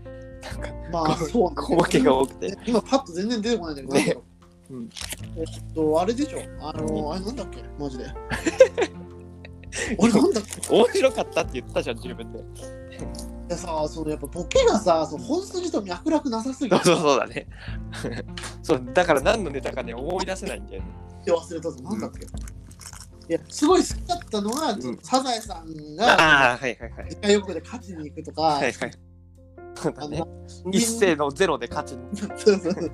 Speaker 2: なんか、
Speaker 1: まあ
Speaker 2: こ
Speaker 1: そう
Speaker 2: 小ボケが多くて。
Speaker 1: 今パッと全然出てこないんだけど、
Speaker 2: うん
Speaker 1: えっと、あれでしょあの、あれなんだっけマ ジで。俺なんだっけい
Speaker 2: 面白かったって言ったじゃん、自分で。
Speaker 1: やさ、そのやっぱボケがさ、その本筋と脈絡なさすぎ
Speaker 2: そ
Speaker 1: て
Speaker 2: うそうそうだね。 そう、だから何のネタかね、思い出せないんだよね。
Speaker 1: 忘れたぞ。なんだっけ、いや、すごい好きだったのが、
Speaker 2: ん
Speaker 1: サザエさんが
Speaker 2: ああ、はいはいはい。
Speaker 1: 自家用で勝ちに行くとか、
Speaker 2: はいはい。 そうだ
Speaker 1: あ
Speaker 2: ね
Speaker 1: の。、
Speaker 2: 一斉のゼロで勝ちに。
Speaker 1: そうそうそう。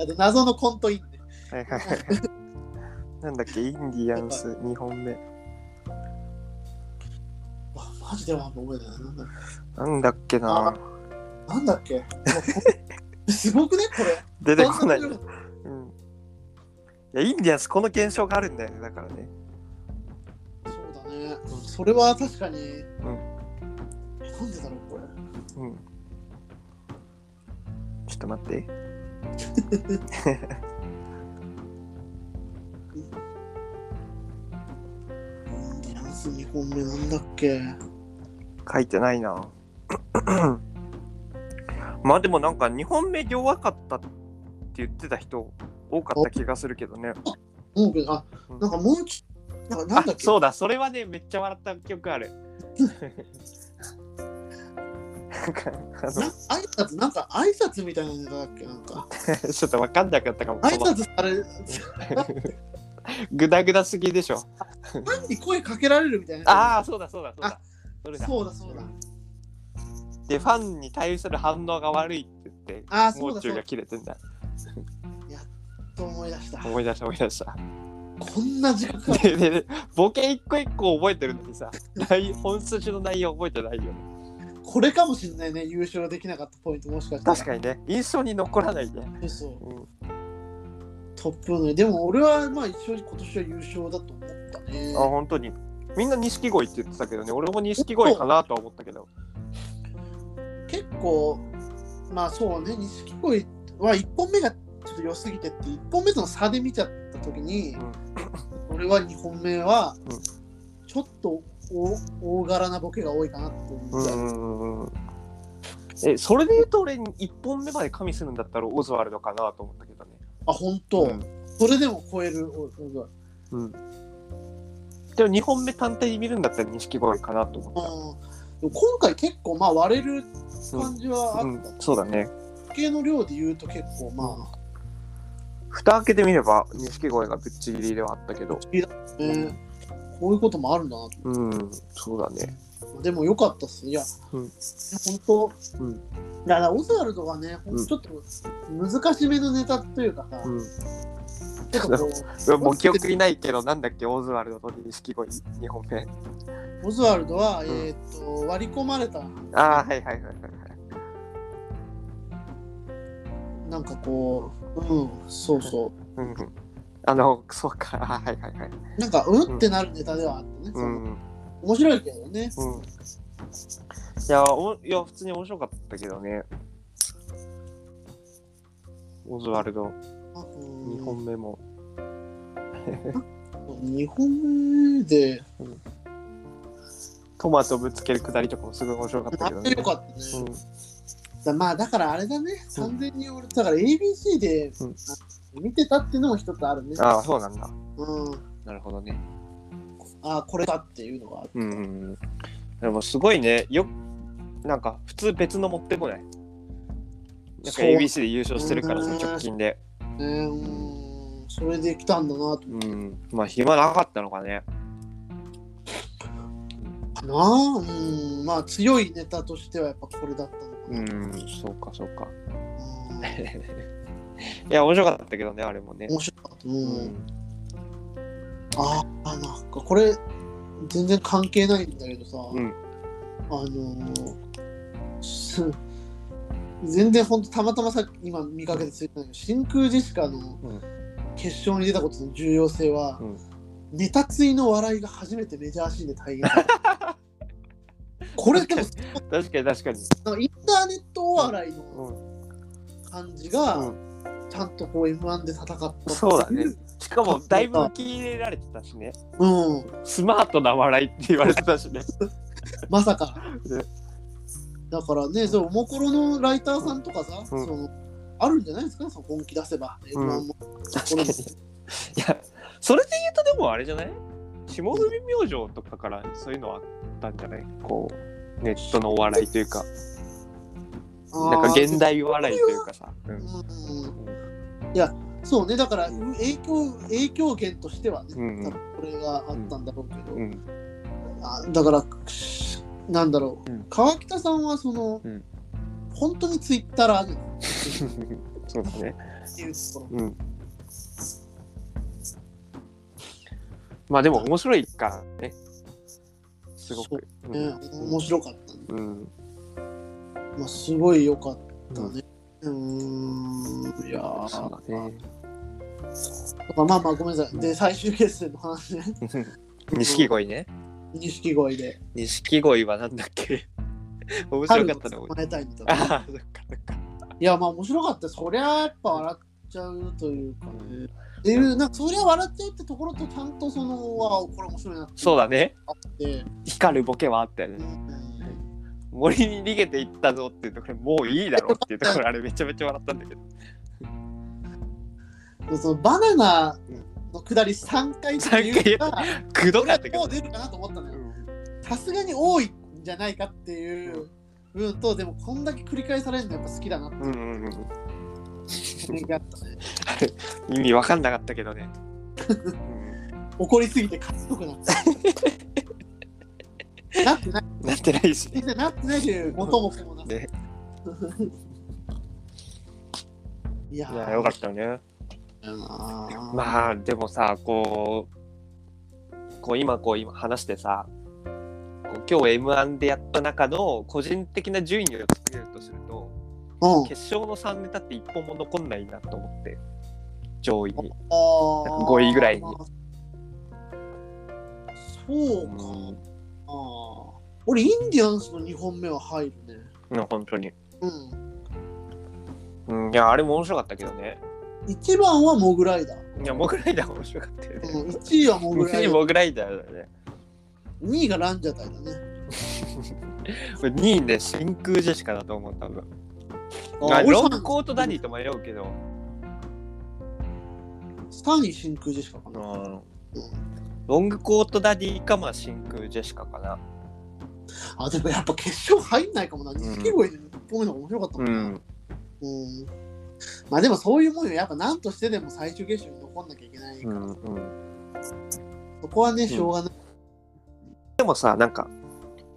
Speaker 1: あと謎のコントインね。
Speaker 2: はいはいはい。なんだっけ、インディアンス2本目。
Speaker 1: わマジでわかんない覚えてない。なんだっ
Speaker 2: なんだっけな。
Speaker 1: けなんだっけもうすごくねこれ。
Speaker 2: 出てこない。
Speaker 1: う
Speaker 2: うんん。いや、インディアンスこの現象があるんだよね、だからね。
Speaker 1: そうだね。それは確かに。
Speaker 2: ん
Speaker 1: えなんでだろうこれ。
Speaker 2: うん。ちょっと待って。
Speaker 1: インディアンス2本目なんだっけ
Speaker 2: 書いてないな。 まあでもなんか2本目弱かったって言ってた人多かった気がするけどね。
Speaker 1: 思うけど、あ、
Speaker 2: うん
Speaker 1: なんかもうちなんかなんだっけ
Speaker 2: そうだそれはねめっちゃ笑った記憶あるなんかあの
Speaker 1: な挨拶なんか挨拶みたいなのだっけなんか
Speaker 2: ちょっと分かんなかったかも
Speaker 1: 挨拶され
Speaker 2: グダグダすぎでしょ
Speaker 1: 何に声かけられるみたいな
Speaker 2: ああそうだそうだそうだそれだ
Speaker 1: そうだそうだ
Speaker 2: でファンに対する反応が悪いって言って
Speaker 1: あー
Speaker 2: も
Speaker 1: そう
Speaker 2: う
Speaker 1: だ
Speaker 2: 中
Speaker 1: そうだ
Speaker 2: が切れてんだ
Speaker 1: と思い出した
Speaker 2: 思い出した思い出した
Speaker 1: こんな時間か
Speaker 2: でででボケ一個一個覚えてるのにさ内本筋の内容覚えてないよね
Speaker 1: これかもしれないね優勝できなかったポイントもしかしたら
Speaker 2: 確かにね印象に残らないね
Speaker 1: にそう
Speaker 2: うん
Speaker 1: トップのでも俺はまあ一緒に今年は優勝だと思ったね
Speaker 2: あ本当にみんな錦鯉って言ってたけどね俺も錦鯉かなとは思ったけど
Speaker 1: 結構まあそうね錦鯉は1本目がちょっと良すぎてって1本目との差で見ちゃった時に、
Speaker 2: うん
Speaker 1: 俺は2本目は
Speaker 2: うん
Speaker 1: ちょっと大大柄なボケが多いかなって思
Speaker 2: う
Speaker 1: った、
Speaker 2: んうんうんうんえそれで言うと俺1本目まで加味するんだったらオズワルドかなと思ったけどね
Speaker 1: あ本当、
Speaker 2: うん
Speaker 1: それでも超えるおお
Speaker 2: うんでも2本目単体で見るんだったら錦鯉かなと思った
Speaker 1: あーでも今回結構まあ割れる感じはあった、
Speaker 2: うん、そうだね
Speaker 1: 系の量で言うと結構ま
Speaker 2: 蓋開けてみれば錦鯉がぶっちぎりではあったけ
Speaker 1: あ、
Speaker 2: ど
Speaker 1: ねこういうこともあるんだなと
Speaker 2: うんそうだね
Speaker 1: でも良かったっすいや、
Speaker 2: うん
Speaker 1: 本当、
Speaker 2: うん
Speaker 1: だからオズワルドがね、ほんとちょっと難しめのネタというかさ、
Speaker 2: うん
Speaker 1: ちょっとこ
Speaker 2: もう記憶にないけどなんだっけオズワルドと錦鯉2本目
Speaker 1: うオズワルドは、
Speaker 2: ん
Speaker 1: えーっと割り込まれた
Speaker 2: ああはいはいはいはいはい
Speaker 1: なんかこううんそうそ
Speaker 2: うんうんあの、そうか、あはいはいは
Speaker 1: う
Speaker 2: い。
Speaker 1: なんかうんってなるネタではあってね、
Speaker 2: う
Speaker 1: そ
Speaker 2: ん
Speaker 1: の、面白いけどね
Speaker 2: うん。いや、おいや普通に面白かったけどね。オズワルド、
Speaker 1: 2
Speaker 2: 2本目も。
Speaker 1: 2本目で
Speaker 2: トマトぶつけるくだりとかもすごい面白かった
Speaker 1: あ
Speaker 2: けど
Speaker 1: って
Speaker 2: ね
Speaker 1: よ。かったね、
Speaker 2: うん
Speaker 1: だまあだからあれだね、3000人俺、だから ABC で、
Speaker 2: うん
Speaker 1: 見てたってのも一つあるね。
Speaker 2: ああ、そうなんだ。
Speaker 1: うん、
Speaker 2: なるほどね。
Speaker 1: ああ、これだっていうのがあった。
Speaker 2: うんうんうん。でもすごいね。よなんか、普通別の持ってこない。なんか
Speaker 1: そう
Speaker 2: ABC で優勝してるからさ
Speaker 1: う、ん
Speaker 2: 直近で。
Speaker 1: ねうん、それで来たんだなと
Speaker 2: うん。まあ、暇なかったのかね。
Speaker 1: かな。うん、まあ強いネタとしてはやっぱこれだったのかな。
Speaker 2: うん、そうか、そうか。
Speaker 1: うん
Speaker 2: いや、面白かったけどね、あれもね。
Speaker 1: 面白かった。う、
Speaker 2: うん
Speaker 1: ああ、なんかこれ、全然関係ないんだけどさ、
Speaker 2: うん
Speaker 1: あのーす全然ほんとたまたまさっき今見かけてついてたんだけど、真空ジェシカの
Speaker 2: うん
Speaker 1: 決勝に出たことの重要性は、
Speaker 2: うん
Speaker 1: ネタついの笑いが初めてメジャーシーンで体現され たこれでも
Speaker 2: 確かに確かに。
Speaker 1: なんかインターネットお笑いの
Speaker 2: う
Speaker 1: 感じが、
Speaker 2: う
Speaker 1: ちゃんとこう M1 で戦ったってい
Speaker 2: そうだねん、しかも、だいぶ受け入れられてたしね。
Speaker 1: うん、
Speaker 2: スマートな笑いって言われてたしね。
Speaker 1: まさか
Speaker 2: ね。
Speaker 1: だからね、そうおもころのライターさんとかさ、
Speaker 2: うん
Speaker 1: そのあるんじゃないですか、その本気出せば。
Speaker 2: うん
Speaker 1: M1 も
Speaker 2: 確かに。いや、それで言うと、でもあれじゃない下積み明星とかからそういうのはあったんじゃないこう、ネットのお笑いというか、 なんか現。代お笑いというかさ。う
Speaker 1: あ
Speaker 2: ん
Speaker 1: ーうんいや、そうね、だから影響影響源としてはね、
Speaker 2: うんうん
Speaker 1: 多分これがあったんだろうけど、
Speaker 2: うん。
Speaker 1: あだから、しなんだろう、
Speaker 2: うん
Speaker 1: 川北さんはその、
Speaker 2: うん
Speaker 1: 本当にツイッターラー
Speaker 2: そうだね。
Speaker 1: っていうところ
Speaker 2: うん。まあでも面白いからね。すごく。う
Speaker 1: ね
Speaker 2: ん、
Speaker 1: 面白かったね。
Speaker 2: うん。
Speaker 1: まあ、すごい良かったね。うん、ーん、いやー
Speaker 2: そうだね。
Speaker 1: まあまあまあごめんなさい。で、最終決戦の話ね。
Speaker 2: 錦鯉ね。
Speaker 1: 錦鯉で。
Speaker 2: 錦鯉はなんだっけ面白かった
Speaker 1: 春
Speaker 2: の
Speaker 1: を捕。まえたいみたいな。
Speaker 2: ああ、そっかそっか。
Speaker 1: いや、まあ面白かった。そりゃやっぱ笑っちゃうというかね。っていう、なんかそりゃ笑っちゃうってところと、ちゃんとその、わあ、これ面白いなって
Speaker 2: そうだね。
Speaker 1: あって。
Speaker 2: 光るボケはあったよ
Speaker 1: う
Speaker 2: ね。
Speaker 1: ん
Speaker 2: 森に逃げていったぞっていうところ、もういいだろうっていうところ、あれめちゃめちゃ笑ったんだけど。
Speaker 1: でそのバナナの下り3回っていうのが
Speaker 2: くどかったけ
Speaker 1: も
Speaker 2: ど
Speaker 1: う
Speaker 2: ね。
Speaker 1: 出るかなと思ったの
Speaker 2: う
Speaker 1: よ
Speaker 2: ん
Speaker 1: さすがに多いんじゃないかっていう部分とでもこんだけ繰り返されるのやっぱ好きだなって
Speaker 2: うんうんうん
Speaker 1: 思いがあったね
Speaker 2: 意味わかんなかったけどね。うん
Speaker 1: 怒りすぎて賢くなった なってない
Speaker 2: なってないしね。
Speaker 1: なってないという元も子もなさ
Speaker 2: ね
Speaker 1: いや
Speaker 2: いや、よかったね。
Speaker 1: たなあ
Speaker 2: まあ、でもさ、こう、こう今、こう今話してさ、こう今日 M1 でやった中の個人的な順位を作れるとすると、
Speaker 1: うん
Speaker 2: 決勝の3ネタって一本も残んないなと思って、上位に。なんか
Speaker 1: 5
Speaker 2: 5位ぐらいに
Speaker 1: そうか、
Speaker 2: うん
Speaker 1: あー俺インディアンスの2本目は入るね
Speaker 2: うん本当に。
Speaker 1: うん
Speaker 2: うん、いや、あれも面白かったけどね。
Speaker 1: 1番はモグライダー、
Speaker 2: いや、モグライダー面白かったよね。
Speaker 1: うん、1位はモグライダー
Speaker 2: モグライダーだね。
Speaker 1: 2位がランジャタイだね
Speaker 2: これ2位で真空ジェシカだと思う、多分。
Speaker 1: あ
Speaker 2: あ
Speaker 1: ー俺
Speaker 2: ロン
Speaker 1: 3,
Speaker 2: コートダディと迷うけど。
Speaker 1: 3位真空ジェシカかな、
Speaker 2: ロングコートダディか、まあ、真空ジェシカかな。
Speaker 1: あでもやっぱ決勝入んないかもな錦鯉で1本目の方が面白かったもんな、
Speaker 2: ん。
Speaker 1: うんまあでもそういうもんよやっぱ何としてでも最終決勝に残んなきゃいけないか
Speaker 2: う
Speaker 1: ら、
Speaker 2: んうん、
Speaker 1: そこはねしょうがない、
Speaker 2: でもさ、なんか、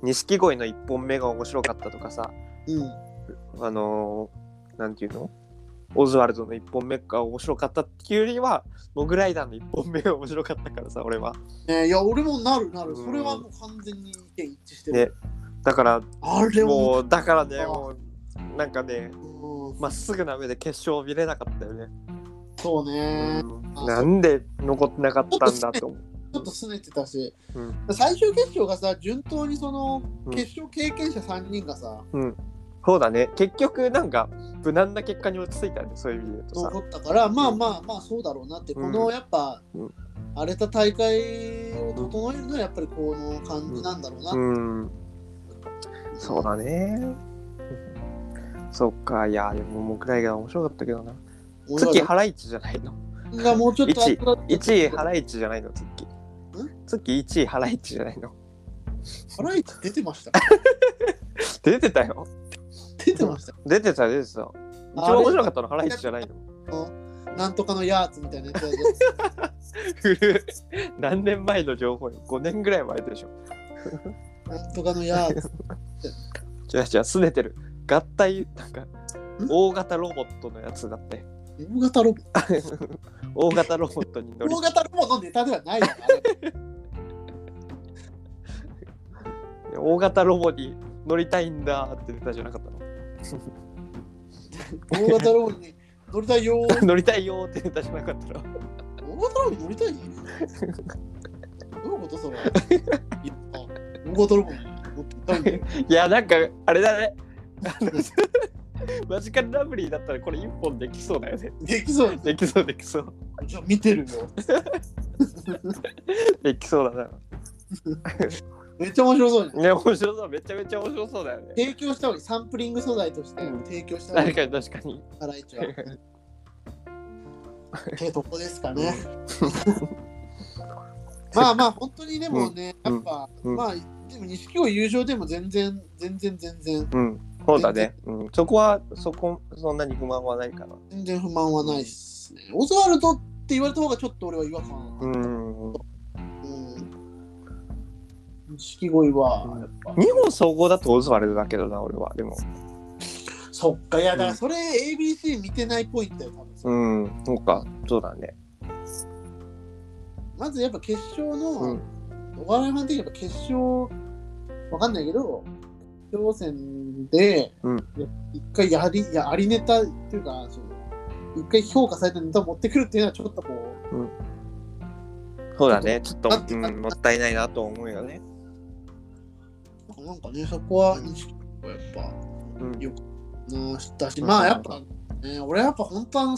Speaker 2: 錦鯉の1本目が面白かったとかさ、
Speaker 1: うん
Speaker 2: あのー、なんていうのオズワルドの1本目が面白かったっていうよりは、モグライダーの1本目が面白かったからさ、俺は。
Speaker 1: ねいや俺もなるなる
Speaker 2: うん
Speaker 1: それはもう完全に意見一致してる、
Speaker 2: ね。だから、
Speaker 1: あれ
Speaker 2: も
Speaker 1: も
Speaker 2: う、だからね、
Speaker 1: あ
Speaker 2: もう、なんかね、
Speaker 1: うん
Speaker 2: まっすぐな目で決勝を見れなかったよね。
Speaker 1: そうね、
Speaker 2: うんなんで残ってなかったんだと思う。
Speaker 1: ちょっと拗ねてたし、
Speaker 2: うん
Speaker 1: 最終決勝がさ順当にその
Speaker 2: うん
Speaker 1: 決勝経験者3人がさ、
Speaker 2: そうだね。結局、なんか、無難な結果に落ち着いたね、そういう意味で言うとさ。
Speaker 1: 残ったからまあまあまあそうだろうなって、こ
Speaker 2: う
Speaker 1: の
Speaker 2: ん
Speaker 1: やっぱ、
Speaker 2: うん
Speaker 1: 荒れた大会を整えるのはやっぱりこの感じなんだろうな、
Speaker 2: うん。そうだね。そっか、いや、でも、モグライダー面白かったけどな。
Speaker 1: 俺は
Speaker 2: 月ハライチじゃないの。
Speaker 1: がもうちょっと
Speaker 2: 1
Speaker 1: 後だった
Speaker 2: 1位ハライチじゃないの、月。月1位ハライチじゃないの。
Speaker 1: ハライチ出てました。
Speaker 2: 出てたよ。
Speaker 1: 出てました。
Speaker 2: 出てた、出てた。一番面白かったのハライチじゃないの。
Speaker 1: なんとかのやーつみたいなやつで。
Speaker 2: 古い何年前の情報よ。5年ぐらい前でしょ。
Speaker 1: なんとかのやーつ。
Speaker 2: 違う違う、すねてる。合体、なんか、大型ロボットのやつだって。
Speaker 1: 大型ロボット。
Speaker 2: 大型ロボットに乗り
Speaker 1: 大型ロボットのネタではないよ。あれ
Speaker 2: 大型ロボに乗りたいんだって言ったじゃなかったの
Speaker 1: 大型ロボに乗りたいよー。
Speaker 2: 乗りたいよって言ったじゃなかったの
Speaker 1: 大型ロボに乗りたいどういうことそれ。いや大型ロボに乗ってたいんだよ。
Speaker 2: いやなんかあれだねあのマジカルラブリーだったらこれ一本できそうだよね
Speaker 1: できそう
Speaker 2: できそうできそう
Speaker 1: じゃあ見てるよ。
Speaker 2: できそうだ
Speaker 1: めっちゃ面白そうじゃん。
Speaker 2: なね面白そうめちゃめちゃ面白そうだよね
Speaker 1: 提供した方がいい。サンプリング素材として提供した方がいい。
Speaker 2: 確かに確かに
Speaker 1: ハライ チは。ってとこですかね。 まあまあ本当にでもね、
Speaker 2: うん
Speaker 1: やっぱ、
Speaker 2: うん
Speaker 1: まあでも錦鯉優勝でも全然全然全然
Speaker 2: うんそうだね、うん、そこはそこそんなに不満はないかな
Speaker 1: 全然不満はないっすね。オズワルドって言われた方がちょっと俺は違和
Speaker 2: う
Speaker 1: 感。
Speaker 2: ん
Speaker 1: うん錦鯉はやっぱ、
Speaker 2: 日本総合だとオズワルドだけどな俺はでも
Speaker 1: そっかいやだか
Speaker 2: う
Speaker 1: ら
Speaker 2: ん
Speaker 1: それ ABC 見てないポイントよ多分、
Speaker 2: うんそうかそうだね
Speaker 1: まずやっぱ決勝の、
Speaker 2: うん
Speaker 1: お笑いファン的にやっぱ決勝わかんないけど決勝戦で、
Speaker 2: うん
Speaker 1: や一回やりやありネタっていうかその一回評価されたネタを持ってくるっていうのはちょっとこう
Speaker 2: そうだねちょっと、
Speaker 1: 待って
Speaker 2: うん、もったいないなと思うよね
Speaker 1: なんかねそこは意識がやっぱ
Speaker 2: うん
Speaker 1: よなしたし、
Speaker 2: うん
Speaker 1: まあやっぱ、ね、俺はやっぱ本当あの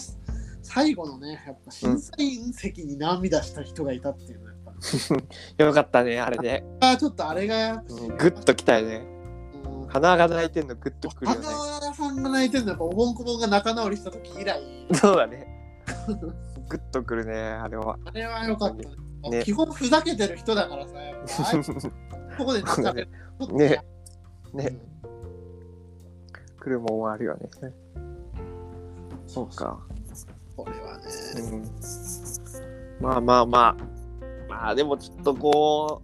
Speaker 1: 最後のねやっぱ審査員席に涙した人がいたっていうのはやっぱ、
Speaker 2: よかったね、あれね。
Speaker 1: あーちょっとあれがやっぱ
Speaker 2: うんグッときたよね。
Speaker 1: うん
Speaker 2: 鼻が泣いてんのグッとくるよ
Speaker 1: 花
Speaker 2: ね。
Speaker 1: 輪さんが泣いてるのはやっぱおぼんこぼんが仲直りした時以来
Speaker 2: そうだね。グッとくるね、あれは。
Speaker 1: あれは良かったね
Speaker 2: ね
Speaker 1: 基本ふざけてる人だからさ、 やっぱああいうとこでちょっとね
Speaker 2: ね ね来るもんはあるよね。そうか。
Speaker 1: これはね、
Speaker 2: うん、まあまあまあ。まあでもちょっとこ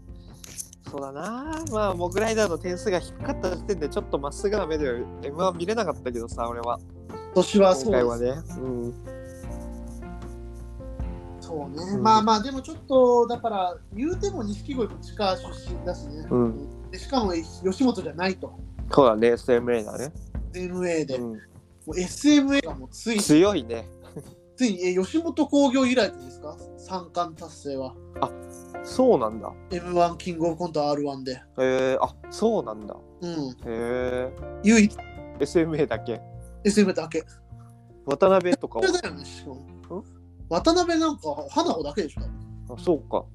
Speaker 2: う、そうだな。まあ、モグライダーの点数が低かった時点で、ちょっとまっすぐな目で M1 見れなかったけどさ、俺は。
Speaker 1: 今年はそ
Speaker 2: 今
Speaker 1: うで
Speaker 2: 回
Speaker 1: す
Speaker 2: はね。うん。
Speaker 1: そうね、
Speaker 2: うん
Speaker 1: まあまあでもちょっとだから言うても錦鯉も地下出身だしね、
Speaker 2: う
Speaker 1: でしかも吉本じゃないと
Speaker 2: そうだね、SMA だね。
Speaker 1: SMA で、も
Speaker 2: うん
Speaker 1: う SMA がもうついに
Speaker 2: 強いね。
Speaker 1: ついにえ吉本興業以来ですか三冠達成は
Speaker 2: そうなんだ。
Speaker 1: m 1キングオブコント R1 で
Speaker 2: えー、あそうなんだ。
Speaker 1: うん
Speaker 2: へえ
Speaker 1: 唯一
Speaker 2: ー。SMA だけ。
Speaker 1: SMA だけ
Speaker 2: 渡辺とか
Speaker 1: そ
Speaker 2: は
Speaker 1: れ。だよねしかも渡辺なんか花子だけでしょ
Speaker 2: あそうか。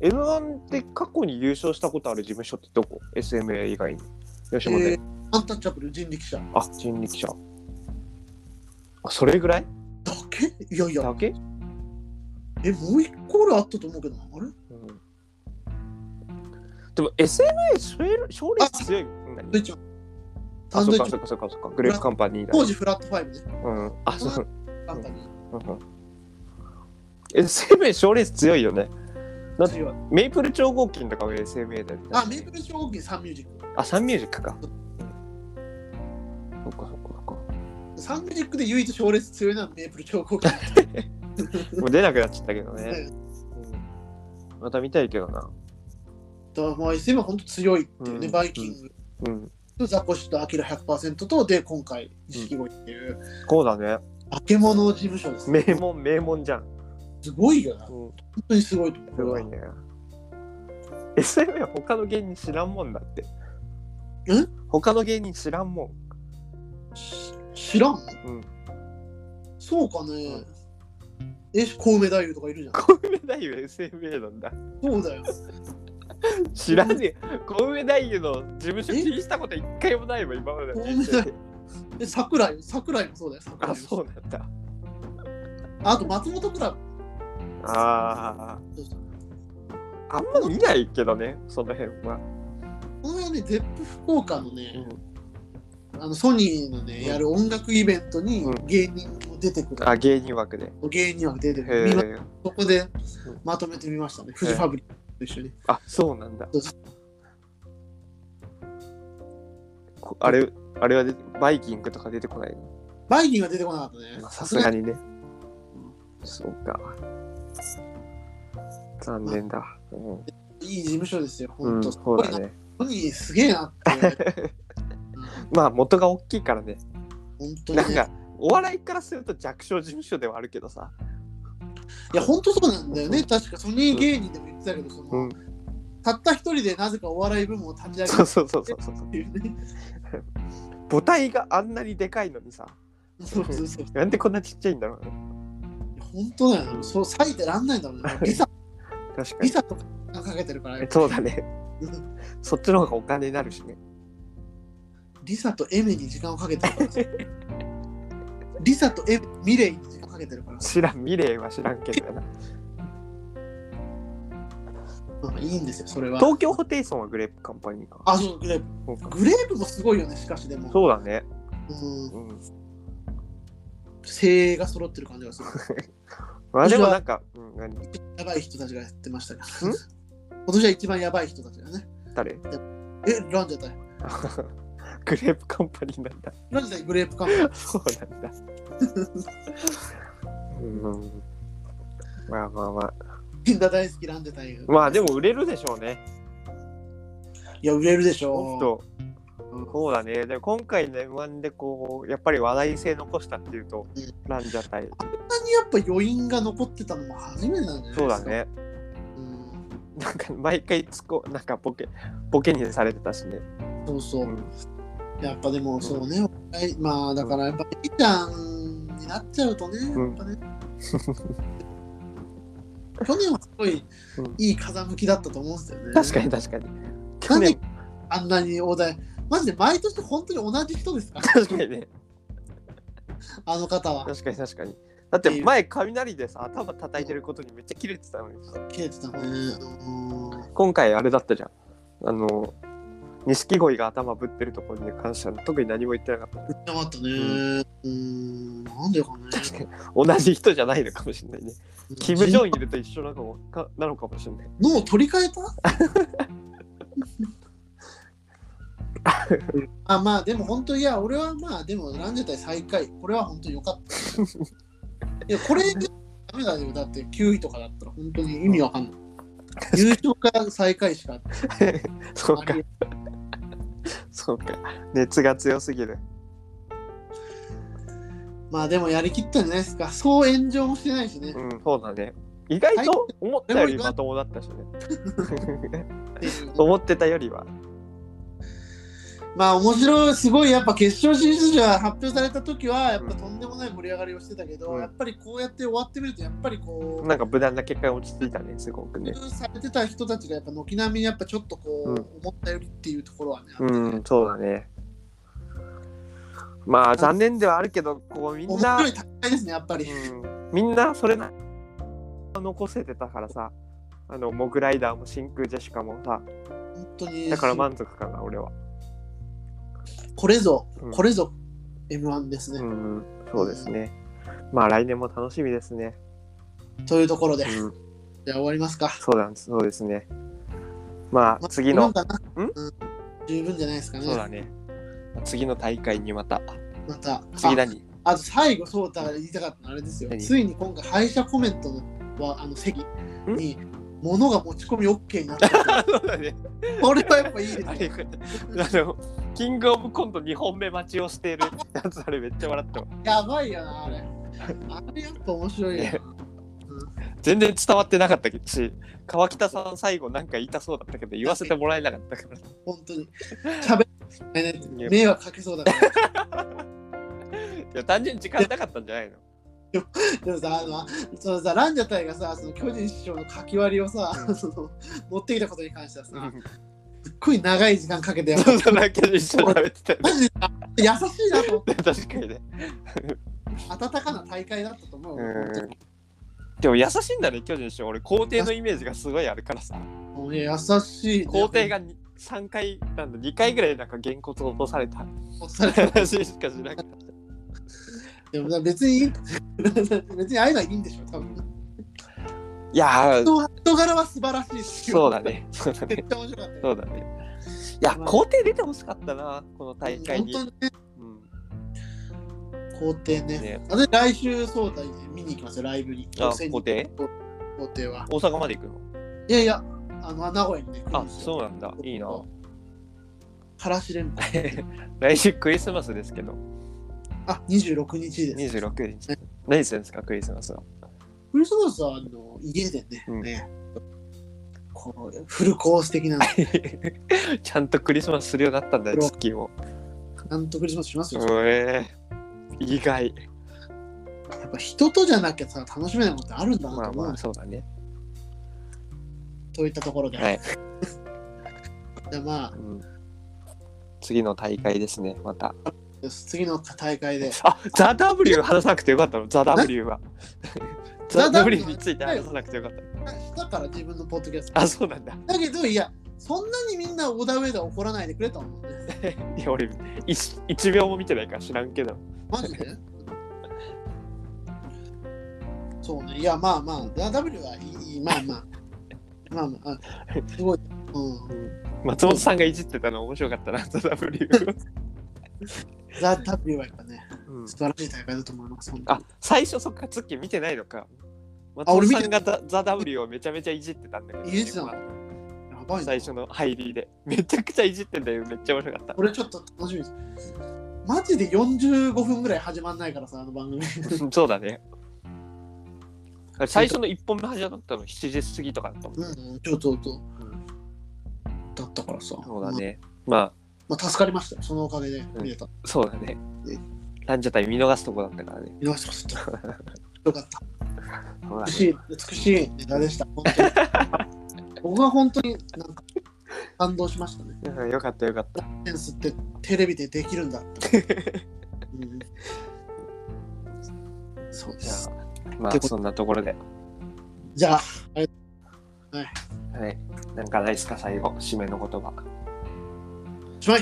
Speaker 2: M1 って過去に優勝したことある事務所ってどこ ?SMA 以外に。吉本で。
Speaker 1: えーアンタッチャブル人力車
Speaker 2: あ人力車。あそれぐらい
Speaker 1: だけいやいや
Speaker 2: だけ、
Speaker 1: えもう一個ぐらいあったと思うけどなあれ
Speaker 2: うん、でも SMA 勝利勝率強い。何
Speaker 1: スイッチマンサ
Speaker 2: あ、
Speaker 1: ンド
Speaker 2: そ
Speaker 1: イ
Speaker 2: っ
Speaker 1: ッチマン
Speaker 2: かそっかそっかそっか。グレープカンパニーだ。
Speaker 1: 当時フラットファイブね
Speaker 2: うん。あ、そう。
Speaker 1: カンパニー
Speaker 2: うんうん SMA 勝率強いよね。だって
Speaker 1: 次は
Speaker 2: メイプル超合金とかも SMA だよね。
Speaker 1: あ、メイプル超合金サンミュージック。
Speaker 2: あ、サンミュージックか。そっかそっかそっ か。
Speaker 1: サンミュージックで唯一勝率強いのはメイプル超合金。
Speaker 2: もう出なくなっちゃったけどね。うんまた見たいけど
Speaker 1: だ
Speaker 2: な。
Speaker 1: からまあ SM は本当強いっていうね、
Speaker 2: うん
Speaker 1: バイキング
Speaker 2: うん。
Speaker 1: とザコシとアキラ100%とで今回、錦鯉っていう、
Speaker 2: そうだね。
Speaker 1: 化け物事務所です、
Speaker 2: 名門、名門じゃん。
Speaker 1: すごいよな。本
Speaker 2: うん、
Speaker 1: 当にすごいと
Speaker 2: す
Speaker 1: 思う
Speaker 2: ごいね。SMA は他の芸人知らんもんだって。
Speaker 1: え
Speaker 2: 他の芸人知らんもん。
Speaker 1: し知らん、
Speaker 2: うん
Speaker 1: そうかね。え、コウメ太夫とかいるじゃん。
Speaker 2: 小梅太夫 SMA なんだ。
Speaker 1: そうだよ。
Speaker 2: 知らねえ。 小梅太夫の事務所気にしたこと一回もないもん、今までの人生で。
Speaker 1: え、桜井、桜井もそうだよ。桜
Speaker 2: あ、
Speaker 1: 井も
Speaker 2: そうなんだ。
Speaker 1: あと松本クラブ。
Speaker 2: あ
Speaker 1: そうそう
Speaker 2: あ。あんま見ないけどね、その辺は。
Speaker 1: この辺はね、ゼップ福岡のね、あのソニーのね、やる音楽イベントに
Speaker 2: うん
Speaker 1: 芸人も出てくる、
Speaker 2: あ、芸人枠で。
Speaker 1: 芸人は出てくる、
Speaker 2: へ
Speaker 1: みんな
Speaker 2: え。
Speaker 1: そこでまとめてみましたね、フジファブリックと一緒に。
Speaker 2: あ、そうなんだ
Speaker 1: そうそ。
Speaker 2: こあれ、あれはでバイキングとか出てこないの
Speaker 1: バイキングは出てこなかったね
Speaker 2: まあ。さすがにね。そうか。残念だ。うん
Speaker 1: いい事務所ですよ、
Speaker 2: う
Speaker 1: 本
Speaker 2: ん、
Speaker 1: 当、
Speaker 2: そうだね。
Speaker 1: ソニーすげえなって。
Speaker 2: まあ、元が大きいからね。
Speaker 1: 本当
Speaker 2: なん
Speaker 1: に、ね
Speaker 2: か、、お笑いからすると弱小事務所ではあるけどさ。
Speaker 1: いや、本当そうなんだよね。確かソニー芸人でも言ってたけど、その
Speaker 2: うん
Speaker 1: たった一人でなぜかお笑い部門を立ち上げ
Speaker 2: そう
Speaker 1: る
Speaker 2: そうそうそうそう。
Speaker 1: っていうね。
Speaker 2: 母体があんなにでかいのにさ。
Speaker 1: そうそうそう。
Speaker 2: なんでこんなちっちゃいんだろうね。
Speaker 1: 本当だよね。そう、割いてらんないんだもんね。リサ、
Speaker 2: 確か
Speaker 1: リ
Speaker 2: に。
Speaker 1: サとかかけてるから、
Speaker 2: そうだね。そっちの方がお金になるしね。
Speaker 1: リサとエメに時間をかけてるからさリサとエメミレイに時間をかけてるからさ
Speaker 2: 知らん、ミレイは知らんけ どな。
Speaker 1: まあいいんですよそれは
Speaker 2: 東京ホテイソンはグレープカンパニーか。
Speaker 1: あそうグレープ
Speaker 2: そうか
Speaker 1: グレープもすごいよねしかしでも
Speaker 2: そうだね。
Speaker 1: うん
Speaker 2: うん。
Speaker 1: 精鋭が揃ってる感じがする
Speaker 2: まあでもなんか、うん、何
Speaker 1: やばい人たちがやってましたけど今年は一番やばい人たちがね
Speaker 2: 誰
Speaker 1: えランジャタイ
Speaker 2: グレープカンパニーなんだ。
Speaker 1: ランジャタイグレープカンパニー
Speaker 2: そうな んだ。うん。まあまあまあ。
Speaker 1: みんな大好きランジャタイが
Speaker 2: まあでも売れるでしょうね。
Speaker 1: いや売れるでし
Speaker 2: ほん
Speaker 1: ょ
Speaker 2: と。そうだね。でも今回の M1 でこう、やっぱり話題性残したっていうと
Speaker 1: うん、
Speaker 2: ランジャタイ。
Speaker 1: こんなにやっぱ余韻が残ってたのも初めてなんじゃないですか
Speaker 2: そうだね。
Speaker 1: うん
Speaker 2: なんか毎回つこ、なんかボケ、ボケにされてたしね。。
Speaker 1: そうそううんやっぱでもそうね、はいまあだからやっぱりちゃんになっちゃうとね、
Speaker 2: うん
Speaker 1: やっぱね 去年はすごい
Speaker 2: うん
Speaker 1: いい風向きだったと思うんですよね。
Speaker 2: 確か
Speaker 1: に。
Speaker 2: に確かに。去
Speaker 1: なん
Speaker 2: 年
Speaker 1: で、あんなに大台、マジで毎年本当に同じ人ですか
Speaker 2: 確かにね。
Speaker 1: あの方は。
Speaker 2: 確かに確かに。だって前、雷でさ、頭叩いてることにめっちゃ切れてたのにさ。
Speaker 1: 切れてたね。うん
Speaker 2: 今回あれだったじゃん。あの、錦鯉が頭ぶってるところに関しては特に何も言ってなかった。
Speaker 1: やばったね。うん、なんでかね。
Speaker 2: 同じ人じゃないのかもしれ ないね。キム・ジョンイルと一緒なのかもかなのかもしれない。
Speaker 1: 脳取り替えた あまあでも本当いや俺はまあでもランジェタイ最下位これは本当に良かったいやこれダメだよだって9位とかだったら本当に意味わかんない優勝か最下位しか
Speaker 2: そうか、そうか。熱が強すぎる。
Speaker 1: まあでもやりきったんじゃないですかそう炎上もしてないしね、
Speaker 2: うん、そうだね。意外と思ったよりまともだったしね。
Speaker 1: っていう
Speaker 2: 思ってたよりは。
Speaker 1: まあ面白いすごいやっぱ決勝進出者が発表された時はやっぱとんでもない盛り上がりをしてたけど、
Speaker 2: うん
Speaker 1: やっぱりこうやって終わってみるとやっぱりこう
Speaker 2: なんか無難な結果が落ち着いたね、すごくね。
Speaker 1: されてた人たちがやっぱ軒並みやっぱちょっとこう、
Speaker 2: うん
Speaker 1: 思ったよりっていうところはね、
Speaker 2: うん、そうだね。まあ残念ではあるけど、こうみん
Speaker 1: 面
Speaker 2: な
Speaker 1: 白い、大会ですねやっぱり、
Speaker 2: うん、みんなそれな残せてたからさ、あのモグライダーも真空ジェシカもさ、
Speaker 1: 本当に
Speaker 2: だから満足かな、俺は。
Speaker 1: これぞ
Speaker 2: うん
Speaker 1: これぞ M1 ですね、
Speaker 2: うん、そうですね。まあ来年も楽しみですね。
Speaker 1: というところで、
Speaker 2: うん、
Speaker 1: じゃあ終わりますか
Speaker 2: そうなんです、そうですね。まあ
Speaker 1: まあ
Speaker 2: 次の
Speaker 1: 十分、かな
Speaker 2: うん
Speaker 1: うん十分じゃないですかね
Speaker 2: そうだね。次の大会にまた、
Speaker 1: また
Speaker 2: 次
Speaker 1: あ
Speaker 2: 何
Speaker 1: あと最後そうたが言いたかったのはあれですよ
Speaker 2: 何
Speaker 1: ついに今回敗者コメントのはあの席に物が持ち込み OK になった
Speaker 2: そうだね。
Speaker 1: これはやっぱいいです
Speaker 2: あ
Speaker 1: ね
Speaker 2: れ、あの、キングオブコント2本目待ちをしているやつ、あれめっちゃ笑ったわ。
Speaker 1: やばいよなあれあれやっぱ面白いよな
Speaker 2: ね全然伝わってなかったし、川北さん最後なんか痛そうだったけど、言わせてもらえなかったから。
Speaker 1: 本当に喋れないって迷惑かけそうだから。
Speaker 2: いや、単純に時間なかったんじゃないの
Speaker 1: でもさ、あの、そのさ、ランジャタイがさ、その巨人師匠の書き割りをさ、
Speaker 2: うん
Speaker 1: その持ってきたことに関してはさ、すっごい長い時間かけてやっぱ
Speaker 2: そうそう、なんか一緒に食べてたよね
Speaker 1: マジで優しいなと思って、
Speaker 2: 確かにね。
Speaker 1: 温かな大会だったと思う。
Speaker 2: うんでも優しいんだね、巨人師匠。俺、皇帝のイメージがすごいあるからさ。
Speaker 1: もうね優しい、ね。
Speaker 2: 皇帝がに3回、なんだ、2回ぐらいなんか原骨を落とされた
Speaker 1: ほっされて
Speaker 2: 話しかしなかった。
Speaker 1: でも別に、 別にああいうのはいいんでしょ、多分。
Speaker 2: いやー、
Speaker 1: 人人柄は素晴らしいし
Speaker 2: そうだ。ね。そうだ
Speaker 1: め
Speaker 2: ね
Speaker 1: っ。ちゃ面白かったよ。
Speaker 2: そうだね。いや、皇帝出てほしかったな、この大会
Speaker 1: 本
Speaker 2: に。
Speaker 1: 当にね、
Speaker 2: うん
Speaker 1: 皇帝ね。
Speaker 2: ね
Speaker 1: 私、来週、そうだ、見に行きますよ、ライブに。
Speaker 2: あ皇帝
Speaker 1: 皇帝は。
Speaker 2: 大阪まで行くの
Speaker 1: いやいや、あの、名古屋にね、来る
Speaker 2: あ
Speaker 1: ん、ですよ。
Speaker 2: そうなんだ。いいな。
Speaker 1: からし連行。
Speaker 2: 来週クリスマスですけど、
Speaker 1: あ、26日です。
Speaker 2: 26日。何するんですか、クリスマスは。
Speaker 1: クリスマスは、あの、家でね、
Speaker 2: うん
Speaker 1: ねこう、フルコース的 なの、ち
Speaker 2: ちゃんとクリスマスするようになったんだよ、
Speaker 1: そう
Speaker 2: 月を。
Speaker 1: ゃんとクリスマスしますよ。
Speaker 2: ええ意外。
Speaker 1: やっぱ人とじゃなきゃさ、楽しめないことあるんだな
Speaker 2: ま
Speaker 1: と
Speaker 2: あ
Speaker 1: 思う、
Speaker 2: まあ、そうだね。
Speaker 1: といったところで。
Speaker 2: はい。
Speaker 1: じゃあまあ
Speaker 2: うん次の大会ですね、また。、
Speaker 1: 次の大会で。
Speaker 2: あ、ザ・ W 話さなくてよかったの、ザ・ W は。ザ・ W について話さなくてよかったの。
Speaker 1: だから自分のポッドキャスト。
Speaker 2: あ、そうなんだ。
Speaker 1: だけど、いや、そんなにみんなオダウェダ怒らないでくれと思うね。
Speaker 2: いや、俺、一一秒も見てないから知らんけど。
Speaker 1: マジでそうね、いや、まあまあ、ダ W はいいいい、まあまあ。まあまあ、あすごい。うん。
Speaker 2: 松本さんがいじってたの面白かったな、ザ・ W。
Speaker 1: ザ・ W はやっぱね、
Speaker 2: うん
Speaker 1: 素晴らしい大会だと思います。本当に
Speaker 2: あ、最初そっか、ツッキー見てないのか。松
Speaker 1: 俺
Speaker 2: 本
Speaker 1: 見
Speaker 2: さ
Speaker 1: て
Speaker 2: んがザ・ザ・ W をめちゃめちゃいじってたんだけど。
Speaker 1: いじってたのやばいな
Speaker 2: 最初の入りで。めちゃくちゃいじってんだよ、めっちゃ面白かった
Speaker 1: こ。れちょっと楽しみです。マジで45分ぐらい始まんないからさ、あの番組。
Speaker 2: そうだね。最初の1本目始まったの7時過ぎとかだったもん。
Speaker 1: うん、ちょっと、ちょっとだったからさ。
Speaker 2: そうだね。ま
Speaker 1: まあ。まあ、助かりましたよ。そのおかげで
Speaker 2: ん
Speaker 1: 見れた。
Speaker 2: あ、そうだね
Speaker 1: ね。
Speaker 2: ランジャタイ見逃すとこだったからね。
Speaker 1: 見ました、ちょっと。よかった。
Speaker 2: そう
Speaker 1: 美
Speaker 2: だね
Speaker 1: しい、美しいネタでした。本当に僕は本当になんか感動しましたね。
Speaker 2: うんよかったよかった。
Speaker 1: センスってテレビでできるんだって。うんそうで
Speaker 2: じゃ
Speaker 1: す。
Speaker 2: あ、ま
Speaker 1: ってこ
Speaker 2: あ、
Speaker 1: と
Speaker 2: そんなところで。
Speaker 1: じゃあ、
Speaker 2: はい。なんかないですか、最後、締めの言葉。
Speaker 1: おしまい